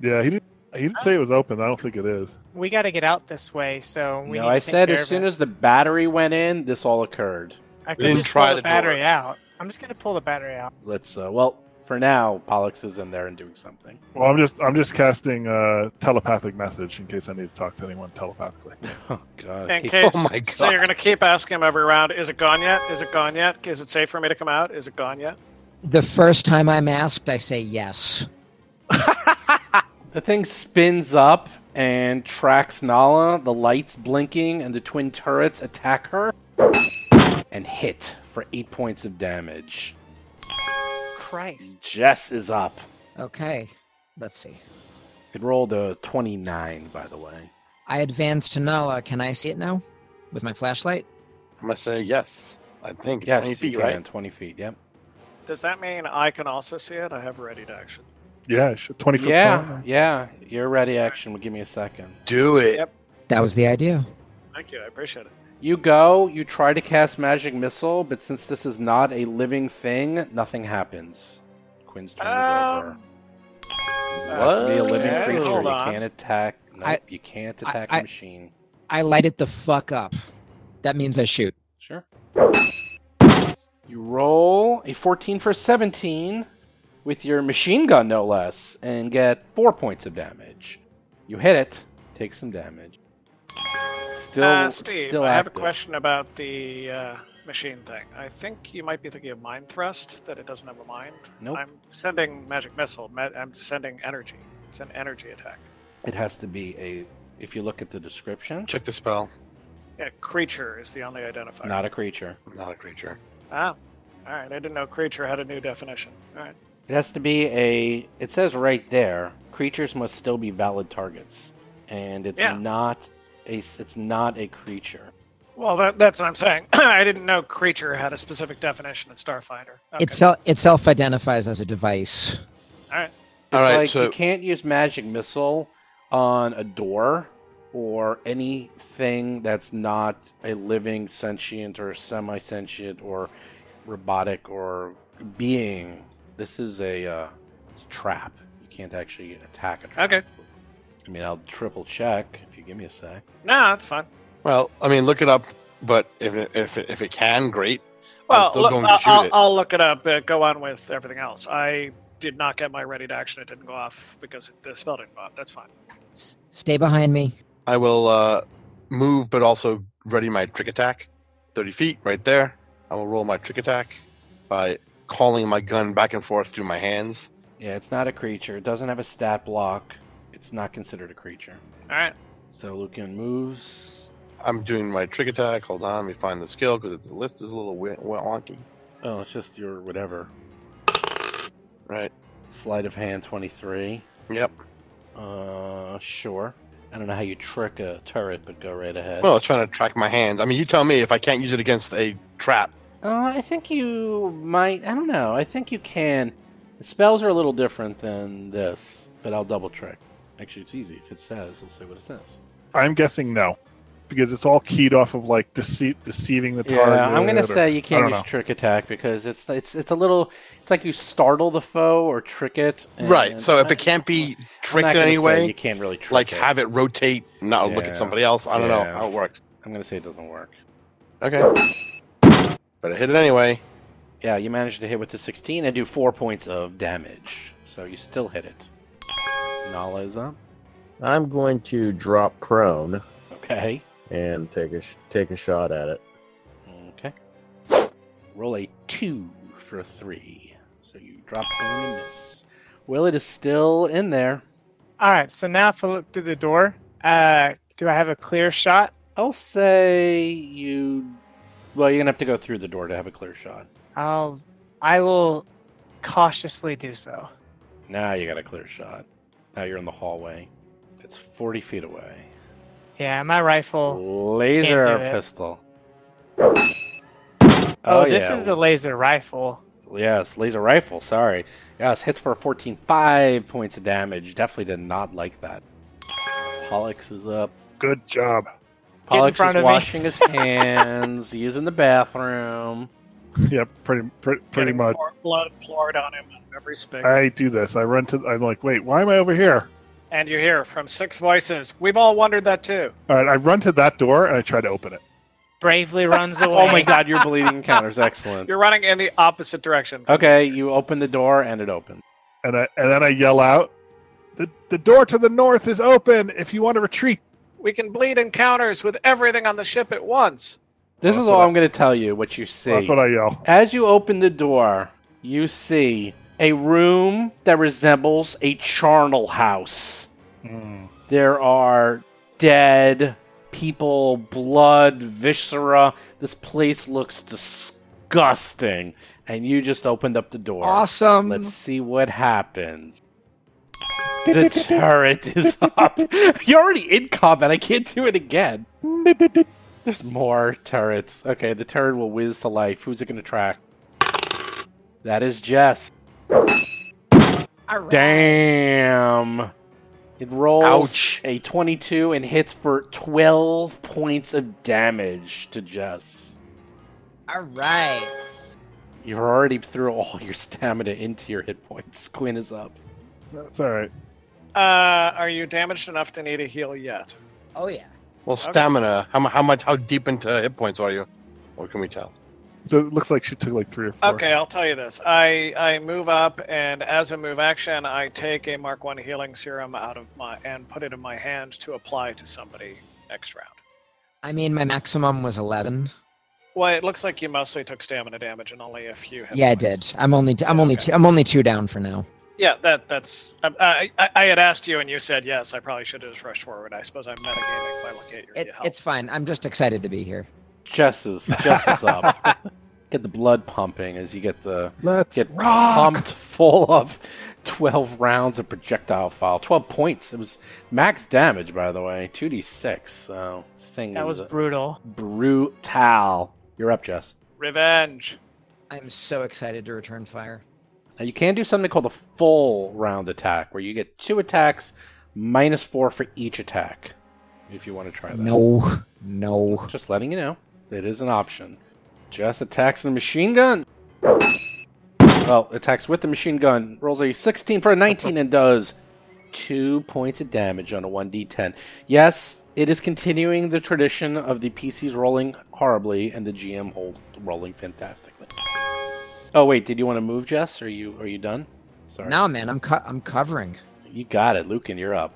Yeah, he didn't, he didn't say it was open. I don't think it is. We got to get out this way, so we No, need I to said as soon as the battery went in, this all occurred. I didn't could just try pull the, the door. battery out. I'm just gonna pull the battery out. Let's. Uh, well, for now, Pollux is in there and doing something. Well, I'm just I'm just casting uh, telepathic message in case I need to talk to anyone telepathically. Oh God. In Keep- case, Oh my God. So you're going to keep asking him every round, is it gone yet? Is it gone yet? Is it safe for me to come out? Is it gone yet? The first time I'm asked, I say yes. The thing spins up and tracks Nala. The lights blinking and the twin turrets attack her and hit for eight points of damage. Christ. Jess is up. Okay, let's see. It rolled a 29, by the way. I advance to Nala. Can I see it now with my flashlight? I'm going to say yes. I think Yes, 20 feet, you can, right? 20 feet, yep. Does that mean I can also see it? I have ready to action. Yeah, sh- twenty foot. Yeah, cone. yeah. Your ready action. Give me a second. Do it. Yep. That was the idea. Thank you. I appreciate it. You go, you try to cast Magic Missile, but since this is not a living thing, nothing happens. Quinn's turn is over. Um, It has to be a living okay, creature. hold You on. can't attack. Nope, I- you can't I- attack I- a machine. I light it the fuck up. That means I shoot. Sure. You roll a 14 for 17 with your machine gun, no less, and get four points of damage. You hit it, take some damage. Still, uh, Steve, still I have a active. question about the uh, machine thing. I think you might be thinking of Mind Thrust, that it doesn't have a mind. Nope. I'm sending Magic Missile. Ma- I'm sending energy. It's an energy attack. It has to be a. If you look at the description, Check the spell. Yeah, creature is the only identifier. not a creature. Not a creature. Ah, all right. I didn't know creature had a new definition. All right. It has to be a. It says right there, creatures must still be valid targets, and it's Yeah. not a. s- It's not a creature. Well, that, that's what I'm saying. I didn't know creature had a specific definition in Starfinder. Okay. It self it self identifies as a device. all right. It's All right, like so- you can't use magic missile on a door or anything that's not a living sentient or semi-sentient or robotic or being. This is a, uh, it's a trap. You can't actually attack a trap. Okay. I mean, I'll triple check if you give me a sec. No, that's fine. Well, I mean, look it up. But if it, if it, if it can, great. Well, I'm still look, going I'll, to shoot I'll, it. I'll look it up. Uh, go on with everything else. I did not get my ready to action. It didn't go off because it, the spell didn't go off. That's fine. S- stay behind me. I will uh, move, but also ready my trick attack. 30 feet right there. I will roll my trick attack by calling my gun back and forth through my hands. Yeah, it's not a creature. It doesn't have a stat block. It's not considered a creature. All right. So Lucan moves. I'm doing my trick attack. Hold on, let me find the skill because the list is a little wi- wonky. Oh, it's just your whatever. Right. Sleight of hand 23. Yep. Uh, sure. I don't know how you trick a turret, but go right ahead. Well, I was trying to track my hands. I mean, you tell me if I can't use it against a trap. uh, I think you might. I don't know. I think you can. The spells are a little different than this, but I'll double check. Actually, it's easy. If it says, I'll say what it says. I'm guessing no, because it's all keyed off of like deceit, deceiving the target. Yeah, I'm gonna or- say you can't don't use know. trick attack because it's it's it's a little. It's like you startle the foe or trick it. and- right. So if I- it can't be I'm not tricked in gonna any say way, you can't really trick like it. have it rotate, not look Yeah. at somebody else. I don't Yeah. know how it works. I'm gonna say it doesn't work. Okay. But I hit it anyway. Yeah, you managed to hit with the 16 and do four points of damage. So you still hit it. Nala is up. I'm going to drop prone Okay. and take a sh- take a shot at it. Okay. Roll a two for a three. So you drop prone and miss. Well, it is still in there. All right. So now if I look through the door, uh, do I have a clear shot? I'll say you. Well, you're gonna have to go through the door to have a clear shot. I'll, I will cautiously do so. Now you got a clear shot. Now you're in the hallway. It's 40 feet away. Yeah, my rifle. Laser Can't do it. pistol. Oh, this yeah. is the laser rifle. Yes, laser rifle. Sorry. Yes, hits for 14, five points of damage. Definitely did not like that. Pollux is up. Good job. Get in Pollux front is of me. washing his hands. He is in the bathroom. Yep, pretty pretty, pretty Getting much. more blood poured on him in every space. I do this. I run to. I'm like, wait, why am I over here? and you hear from six voices. We've all wondered that too. All right, I run to that door and I try to open it. Bravely runs away. Oh my god, your bleeding encounters. Excellent. You're running in the opposite direction. Uh, Okay, you open the door and it opens. and I and then I yell out, "the The door to the north is open. If you want to retreat." We can bleed encounters with everything on the ship at once. This That's is what all I- I'm going to tell you what you see. That's what I yell. As you open the door, you see a room that resembles a charnel house. Mm. There are dead people, blood, viscera. This place looks disgusting. And you just opened up the door. Awesome. Let's see what happens. The turret is up. You're already in combat. I can't do it again. There's more turrets. Okay, the turret will whiz to life. Who's it going to track? That is Jess. All right. Damn. It rolls Ouch. a 22 and hits for 12 points of damage to Jess. All right. You already threw all your stamina into your hit points. Quinn is up. That's all right. Uh, are you damaged enough to need a heal yet? Oh yeah. Well, stamina. How, mu- how much? How deep into hit points are you? Or can we tell? So It looks like she took like three or four. Okay, I'll tell you this. I, I move up, and as a move action, I take a Mark One healing serum out of my and put it in my hand to apply to somebody next round. I mean, my maximum was 11. Well, it looks like you mostly took stamina damage and only a few. Hit yeah, I points. did. I'm only t- I'm Yeah, only okay. t- I'm only two down for now. Yeah, that that's. I, I I- I had asked you, and you said yes. I probably should have just rushed forward. I suppose I'm metagaming by looking at your It, help. it's fine. I'm just excited to be here. Jess is, Jess is up. Get the blood pumping as you get the Let's get rock. pumped full of 12 rounds of projectile file. 12 points. It was max damage, by the way. 2d6. So, this thing That is was brutal. brutal. You're up, Jess. Revenge. I'm so excited to return fire. Now you can do something called a full round attack, where you get two attacks, minus four for each attack, if you want to try that. No, no. Just letting you know, it is an option. Just attacks the machine gun. Well, attacks with the machine gun. Rolls a 16 for a 19 and does two points of damage on a 1d10. Yes, it is continuing the tradition of the PCs rolling horribly and the GM hold rolling fantastically. Oh wait, did you want to move, Jess? Are you are you done? Sorry. No, man. I'm co- I'm covering. You got it, Lucan. You're up.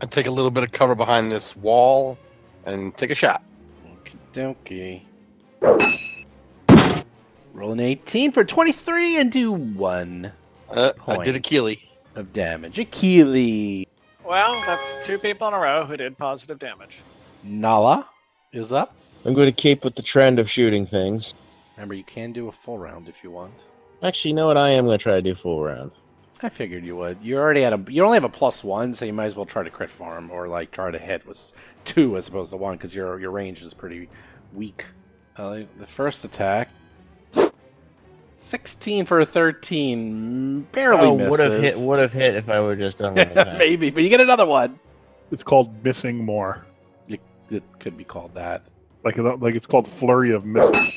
I take a little bit of cover behind this wall and take a shot. Okie dokie. Roll an 18 for 23 and do one Uh, I Point. did a keely. of damage. Akili. Well, that's two people in a row who did positive damage. Nala is up. I'm going to keep with the trend of shooting things. Remember, you can do a full round if you want. Actually, you know what? I am going to try to do full round. I figured you would. You already had a. You only have a plus one, so you might as well try to crit farm or like try to hit with two as opposed to one because your your range is pretty weak. Uh, the first attack, sixteen for a thirteen, barely oh, misses. would have hit. Would have hit if I were just done. one attack. Maybe, but you get another one. It's called missing more. It could be called that. Like like it's called flurry of missing.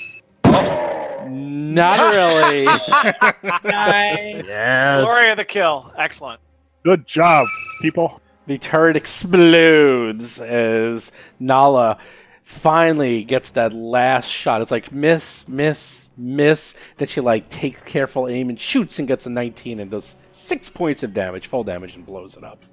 Not really. Nice. Yes. Glory of the kill. Excellent. Good job, people. the turret explodes as Nala finally gets that last shot. It's like miss, miss, miss. Then she like takes careful aim and shoots and gets a 19 and does six points of damage, full damage, and blows it up.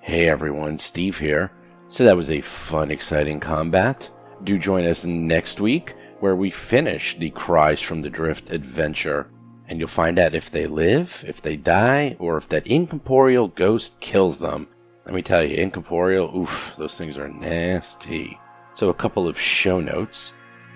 Hey everyone, Steve here. So that was a fun, exciting combat. Do join us next week where we finish the Cries from the Drift adventure, and you'll find out if they live, if they die, or if that incorporeal ghost kills them. Let me tell you, incorporeal, oof, those things are nasty. So, a couple of show notes.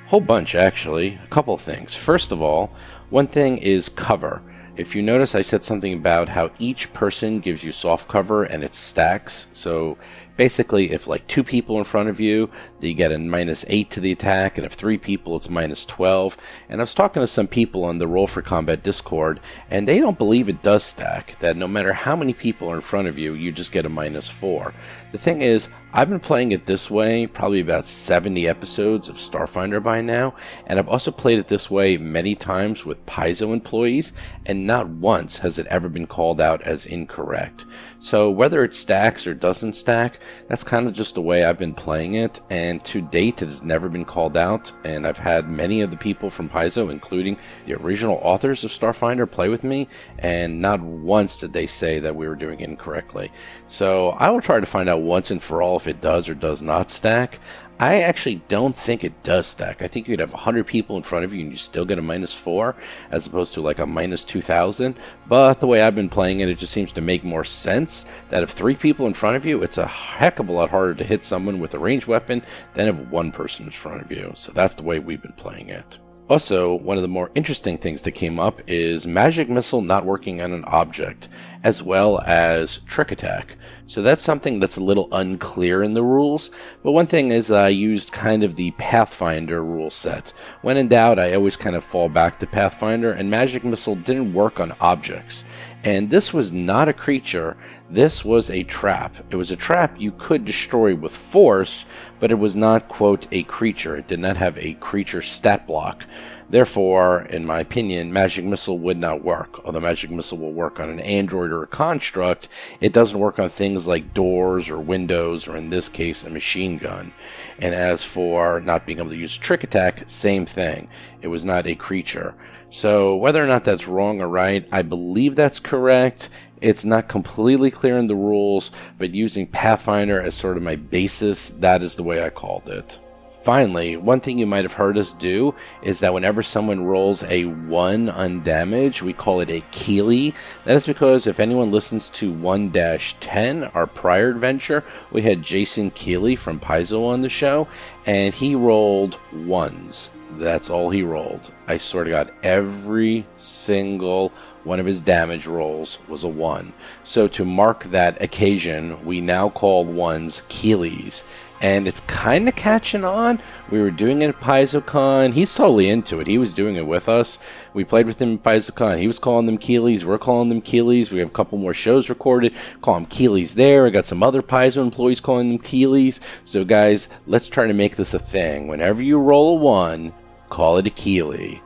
Whole bunch, actually. A couple things. First of all, one thing is cover. If you notice, I said something about how each person gives you soft cover and it stacks. So basically, if like two people in front of you, you get a minus eight to the attack, and if three people, it's minus 12. And I was talking to some people on the Roll for Combat Discord, and they don't believe it does stack, that no matter how many people are in front of you, you just get a minus four. The thing is, I've been playing it this way probably about 70 episodes of Starfinder by now, and I've also played it this way many times with Paizo employees, and not once has it ever been called out as incorrect. So whether it stacks or doesn't stack, that's kind of just the way I've been playing it, and to date it has never been called out, and I've had many of the people from Paizo, including the original authors of Starfinder, play with me, and not once did they say that we were doing it incorrectly. So I will try to find out once and for all if it does or does not stack. I actually don't think it does stack. I think you could have 100 people in front of you and you still get a minus 4 as opposed to like a minus 2000. But the way I've been playing it, it just seems to make more sense that if three people in front of you, it's a heck of a lot harder to hit someone with a ranged weapon than if one person in front of you. So that's the way we've been playing it. Also, one of the more interesting things that came up is magic missile not working on an object, as well as trick attack. So that's something that's a little unclear in the rules. But one thing is I used kind of the Pathfinder rule set. When in doubt, I always kind of fall back to Pathfinder, and magic missile didn't work on objects. And this was not a creature, this was a trap. It was a trap you could destroy with force, but it was not, quote, a creature. It did not have a creature stat block. Therefore, in my opinion, Magic Missile would not work. Although Magic Missile will work on an android or a construct, it doesn't work on things like doors or windows, or in this case, a machine gun. And as for not being able to use trick attack, same thing. It was not a creature. So, whether or not that's wrong or right, I believe that's correct. It's not completely clear in the rules, but using Pathfinder as sort of my basis, that is the way I called it. Finally, one thing you might have heard us do is that whenever someone rolls a 1 on damage, we call it a Keely. That is because if anyone listens to 1 10, our prior adventure, we had Jason Keely from Paizo on the show, and he rolled 1s. That's all he rolled. I swear to God, every single one of his damage rolls was a 1. So to mark that occasion, we now call 1s Keelys and it's kind of catching on. We were doing it at PaizoCon. He's totally into it. He was doing it with us. We played with him at PaizoCon. He was calling them Keelys. We're calling them Keelys. We have a couple more shows recorded. Call them Keelys there. I got some other Paizo employees calling them Keelys. So, guys, let's try to make this a thing. Whenever you roll a one, call it a Keely.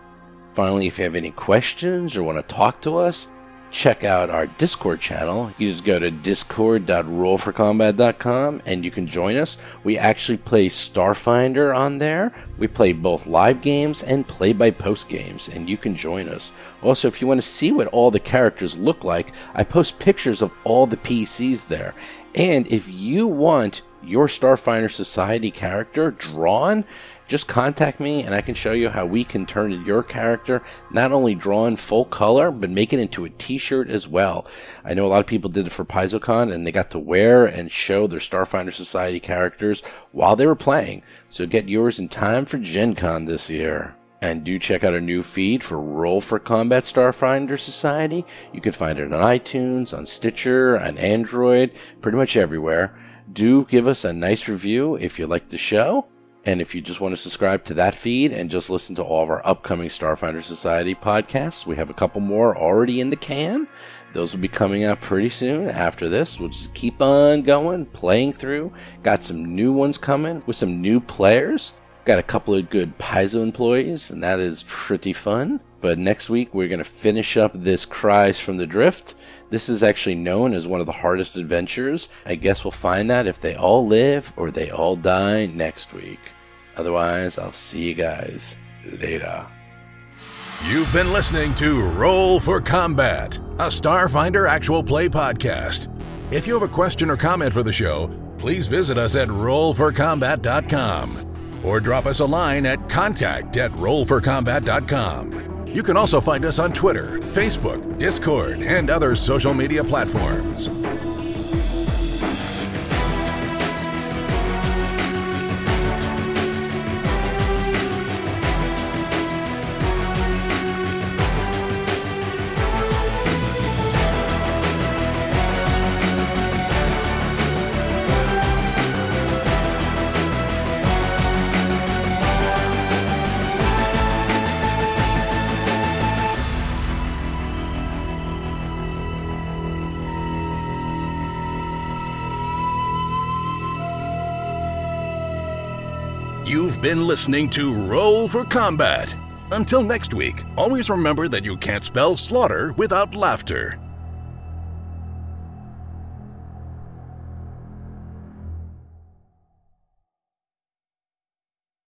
Finally, if you have any questions or want to talk to us, check out our Discord channel. You just go to discord.rollforcombat.com and you can join us. We actually play Starfinder on there. We play both live games and play by post games, and you can join us. Also, if you want to see what all the characters look like, I post pictures of all the PCs there. And if you want your Starfinder Society character drawn, just contact me and I can show you how we can turn your character not only drawn full color, but make it into a t shirt as well. I know a lot of people did it for PaizoCon and they got to wear and show their Starfinder Society characters while they were playing. So get yours in time for Gen Con this year. And do check out our new feed for Roll for Combat Starfinder Society. You can find it on iTunes, on Stitcher, on Android, pretty much everywhere. Do give us a nice review if you like the show. And if you just want to subscribe to that feed and just listen to all of our upcoming Starfinder Society podcasts, we have a couple more already in the can. Those will be coming out pretty soon after this. We'll just keep on going, playing through. Got some new ones coming with some new players. Got a couple of good Paizo employees, and that is pretty fun. But next week, we're going to finish up this Cries from the Drift. This is actually known as one of the hardest adventures. I guess we'll find out if they all live or they all die next week. Otherwise, I'll see you guys later. You've been listening to Roll for Combat, a Starfinder actual play podcast. If you have a question or comment for the show, please visit us at rollforcombat.com or drop us a line at contact at rollforcombat.com. You can also find us on Twitter, Facebook, Discord, and other social media platforms. You've been listening to Roll for Combat. Until next week, always remember that you can't spell slaughter without laughter.